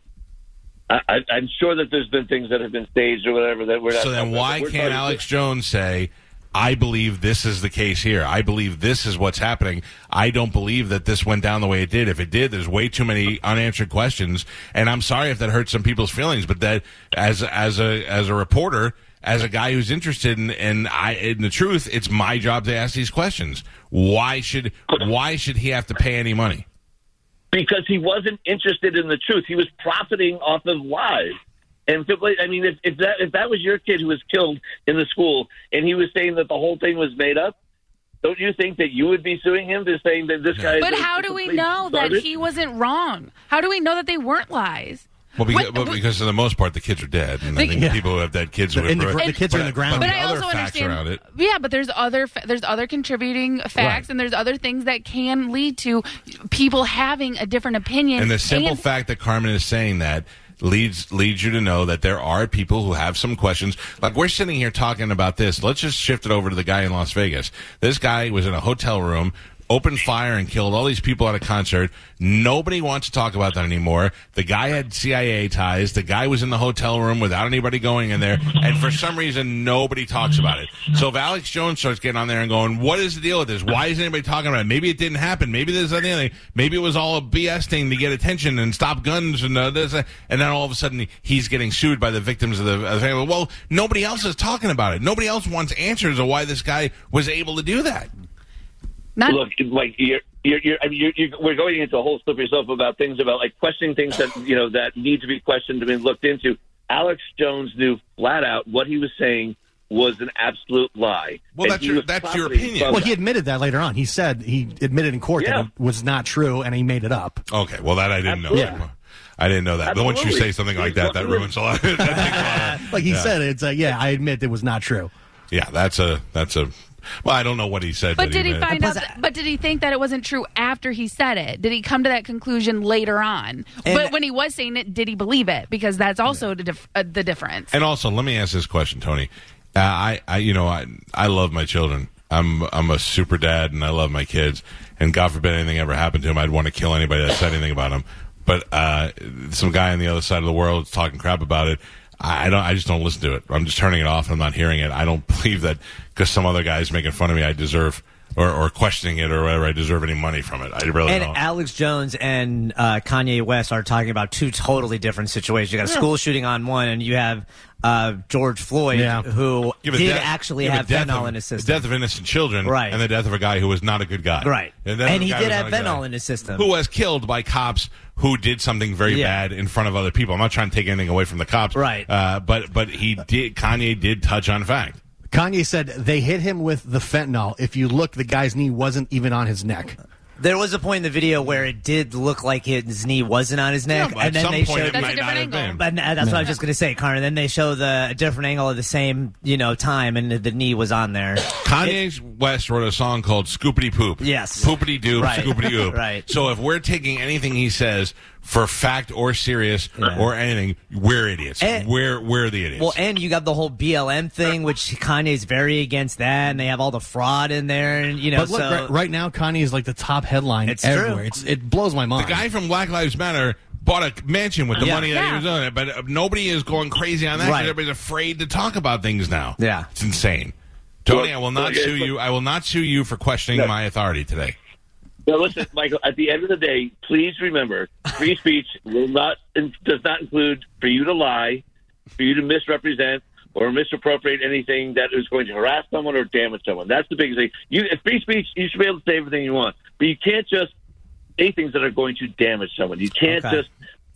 I, I, I'm sure that there's been things that have been staged or whatever that we're not.
So then why
we're
can't
talking-
Alex Jones say, I believe this is the case here. I believe this is what's happening. I don't believe that this went down the way it did. If it did, there's way too many unanswered questions. And I'm sorry if that hurt some people's feelings, but that as as a as a reporter, as a guy who's interested in in, I, in the truth, it's my job to ask these questions. Why should why should he have to pay any money?
because he wasn't interested in the truth. He was profiting off of lies. And simply, I mean, if, if that if that was your kid who was killed in the school, and he was saying that the whole thing was made up, don't you think that you would be suing him for saying that this guy? is
But
a-
how
a
do we
complete
know that
garbage?
he wasn't wrong? How do we know that they weren't lies?
Well, because, well, because for the most part, the kids are dead, and I
Like-
think
Yeah.
people who have dead kids would
in the
but-
gr- the kids are in the
but-
ground.
But
But I
other
also
facts
understand.
around it.
Yeah, but there's other fa- there's other contributing facts,
Right.
and there's other things that can lead to people having a different opinion.
And the simple fact that Carmen is saying that leads leads you to know that there are people who have some questions. Like we're sitting here talking about this. Let's just shift it over to the guy in Las Vegas. This guy was in a hotel room opened fire and killed all these people at a concert. Nobody wants to talk about that anymore. The guy had CIA ties. The guy was in the hotel room without anybody going in there. And for some reason, nobody talks about it. So if Alex Jones starts getting on there and going, what is the deal with this? Why is anybody talking about it? Maybe it didn't happen. Maybe there's nothing. other thing. Maybe it was all a BS thing to get attention and stop guns and uh, this. uh," And then all of a sudden, he's getting sued by the victims of the, of the family. Well, nobody else is talking about it. Nobody else wants answers of why this guy was able to do that.
Look, like you're, you're, you're, I mean, you're, you're, we're going into a whole slippery slope about things about like questioning things that you know that need to be questioned and looked into. Alex Jones knew flat out what he was saying was an absolute lie.
Well,
And
that's
he
your-
was
that's your
profiting from
Well,
that.
he admitted that later on. He said he admitted in court
Yeah.
that it was not true, and he made it up.
Okay, well that I didn't know.
Absolutely.
I didn't know that. But once you
Absolutely.
say something like that, that ruins a lot.
Like he
Yeah.
said, it's like, yeah, I admit it was not true.
yeah, that's a that's a. Well, I don't know what he said. that
But did he
meant.
find out? that- but did he think that it wasn't true after he said it? Did he come to that conclusion later on?
And-
but when he was saying it, did he believe it? Because that's also the, dif- uh, the difference.
And also, let me ask this question, Tony. Uh, I, I, you know, I, I love my children. I'm, I'm a super dad, and I love my kids. And God forbid anything ever happened to him, I'd want to kill anybody that said anything about him. But uh, some guy on the other side of the world is talking crap about it. I I don't. I just don't listen to it. I'm just turning it off. I'm not hearing it. I don't believe that because some other guy's making fun of me, I deserve or, or questioning it or whatever. I deserve any money from it. I really
and
don't.
Alex Jones and uh, Kanye West are talking about two totally different situations. You got a
Yeah.
school shooting on one, and you have uh, George Floyd,
Yeah.
who
You have a
did
death-
actually
you have
have
a death
fentanyl
of-
in his
the
system.
death of innocent children,
Right.
and the death of a guy who was not a good guy,
Right.
the death of
And
a
he
guy
did
who was
have
not a good
fentanyl
guy.
in his system.
who was killed by cops who did something very
Yeah.
bad in front of other people. I'm not trying to take anything away from the cops, right? Uh, but but he did. Kanye did touch on fact.
Kanye said they hit him with the fentanyl. If you look, the guy's knee wasn't even on his neck.
There was a point in the video where it did look like his knee wasn't on his neck,
but at
and then
some
they
point
showed.
it That's a might not different have angle. been.
But uh, that's what I was
Yeah.
just going to say, Carmen. Then they show the a different angle at the same you know time, and the, the knee was on there.
Kanye West wrote a song called Scoopity Poop. Yes. Poopity Doop,
Right.
Scoopity Oop.
Right.
So if we're taking anything he says for fact or serious or anything, we're idiots.
And-
we're, we're the idiots.
Well, and you got the whole BLM thing, which Kanye's very against that, and they have all the fraud in there, and you know,
but look,
so
right, right now, Kanye is like the top headline
It's
everywhere.
true.
It's, it blows my mind.
The guy from Black Lives Matter bought a mansion with the
Yeah.
money that
Yeah.
he was on it, but uh, nobody is going crazy on that. 'cause
Right.
Everybody's afraid to talk about things now.
Yeah,
it's insane. Tony,
Look,
I will not
look,
sue
look.
you. I will not sue you for questioning
No.
my authority today.
Now, listen, Michael. At the end of the day, please remember, free speech will not does not include for you to lie, for you to misrepresent or misappropriate anything that is going to harass someone or damage someone. That's the biggest thing. You, at free speech, you should be able to say everything you want, but you can't just say things that are going to damage someone. You can't
Okay.
just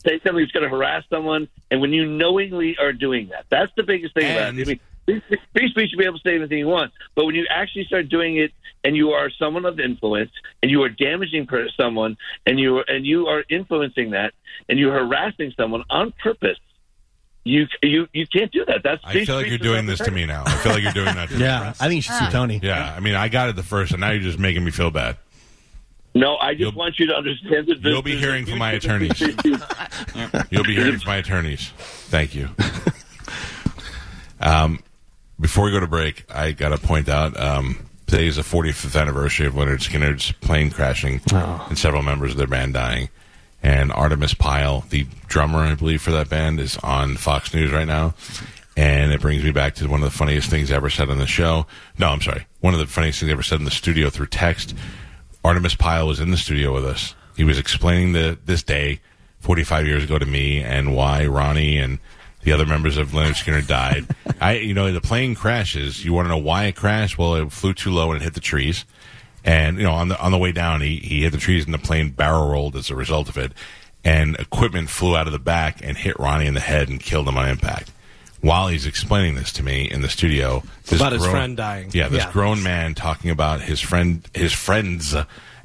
say something that's going to harass someone, and when you knowingly are doing that, that's the biggest thing about it. I mean, free spe- free speech, you be able to say anything you want, but when you actually start doing it, and you are someone of influence, and you are damaging per- someone, and you are, and you are influencing that, and you're harassing someone on purpose. You you you can't do that. That's
I feel like you're doing this to me now. I feel like you're doing that. To
Yeah,
me.
I think you should sue Ah. Tony.
Yeah, I mean, I got it the first, and now you're just making me feel bad.
No, I just want you to understand that.
You'll be hearing from my attorneys. You'll be hearing from my attorneys. Thank you. Um, before we go to break, I got to point out um, today is the 45th anniversary of Leonard Skinner's plane crashing and several members of their band dying. And Artemis Pyle, the drummer, I believe, for that band, is on Fox News right now. And it brings me back to one of the funniest things I ever said on the show. No, I'm sorry. One of the funniest things I ever said in the studio through text. Artemis Pyle was in the studio with us. He was explaining the this day 45 years ago to me and why Ronnie and the other members of Leonard Skinner died. I, you know, the plane crashes. You want to know why it crashed? Well, it flew too low and it hit the trees. And you know, on the on the way down, he he hit the trees and the plane barrel rolled as a result of it. And equipment flew out of the back and hit Ronnie in the head and killed him on impact. While he's explaining this to me in the studio, this
About his friend dying.
Yeah, this
Yeah.
grown man talking about his friend, his friends,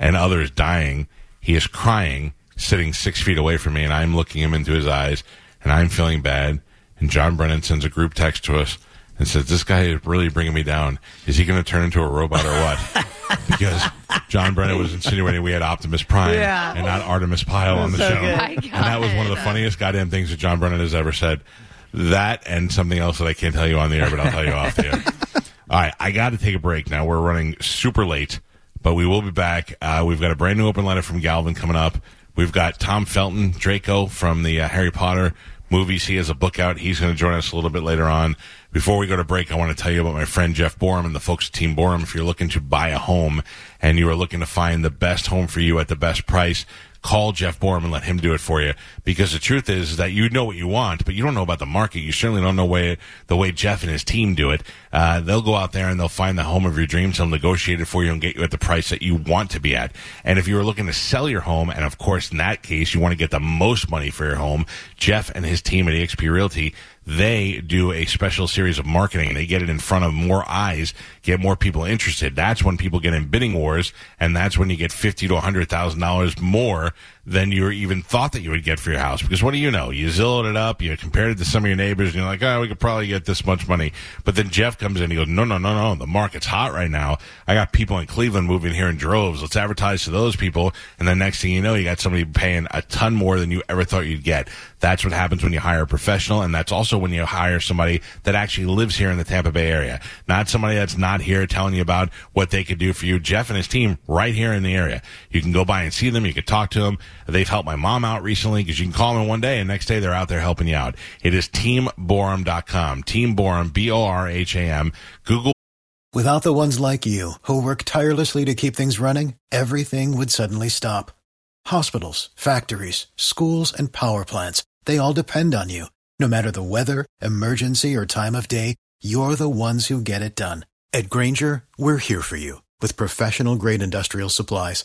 and others dying. He is crying, sitting six feet away from me, and I'm looking him into his eyes, and I'm feeling bad. And John Brennan sends a group text to us and says, "This guy is really bringing me down. Is he going to turn into a robot or what?" because John Brennan was insinuating we had Optimus Prime
Yeah.
and not Artemis Pyle on the
So
show,
good. My
and that was one of the funniest goddamn things that John Brennan has ever said. That and something else that I can't tell you on the air, but I'll tell you off the air. All right, I got to take a break now. We're running super late, But we will be back. Uh, we've got a brand new open letter from Galvin coming up. We've got Tom Felton, Draco from the uh, Harry Potter movies. He has a book out. He's going to join us a little bit later on. Before we go to break, I want to tell you about my friend Jeff Borum and the folks at Team Borum. If you're looking to buy a home and you are looking to find the best home for you at the best price, call Jeff Borum and let him do it for you. Because the truth is that you know what you want, but you don't know about the market. You certainly don't know way, the way Jeff and his team do it. Uh, they'll go out there and they'll find the home of your dreams. They'll negotiate it for you and get you at the price that you want to be at. And if you are looking to sell your home, and of course in that case you want to get the most money for your home, Jeff and his team at eXp Realty they do a special series of marketing. They get it in front of more eyes, get more people interested. That's when people get in bidding wars, and that's when you get fifty to hundred thousand dollars more than you even thought that you would get for your house. Because what do you know? You zillowed it up, you compared it to some of your neighbors, and you're like, oh, we could probably get this much money. But then Jeff comes in, he goes, no, no, no, no, the market's hot right now. I got people in Cleveland moving here in droves. Let's advertise to those people. And the next thing you know, you got somebody paying a ton more than you ever thought you'd get. That's what happens when you hire a professional, and that's also when you hire somebody that actually lives here in the Tampa Bay area, not somebody that's not here telling you about what they could do for you. Jeff and his team right here in the area. You can go by and see them. You can talk to them. They've helped my mom out recently because you can call them one day and next day they're out there helping you out. It is teamborum.com. Team Borum, B O R H A M. Google.
Without the ones like you, who work tirelessly to keep things running, everything would suddenly stop. Hospitals, factories, schools, and power plants, they all depend on you. No matter the weather, emergency, or time of day, you're the ones who get it done. At Granger, we're here for you with professional grade industrial supplies.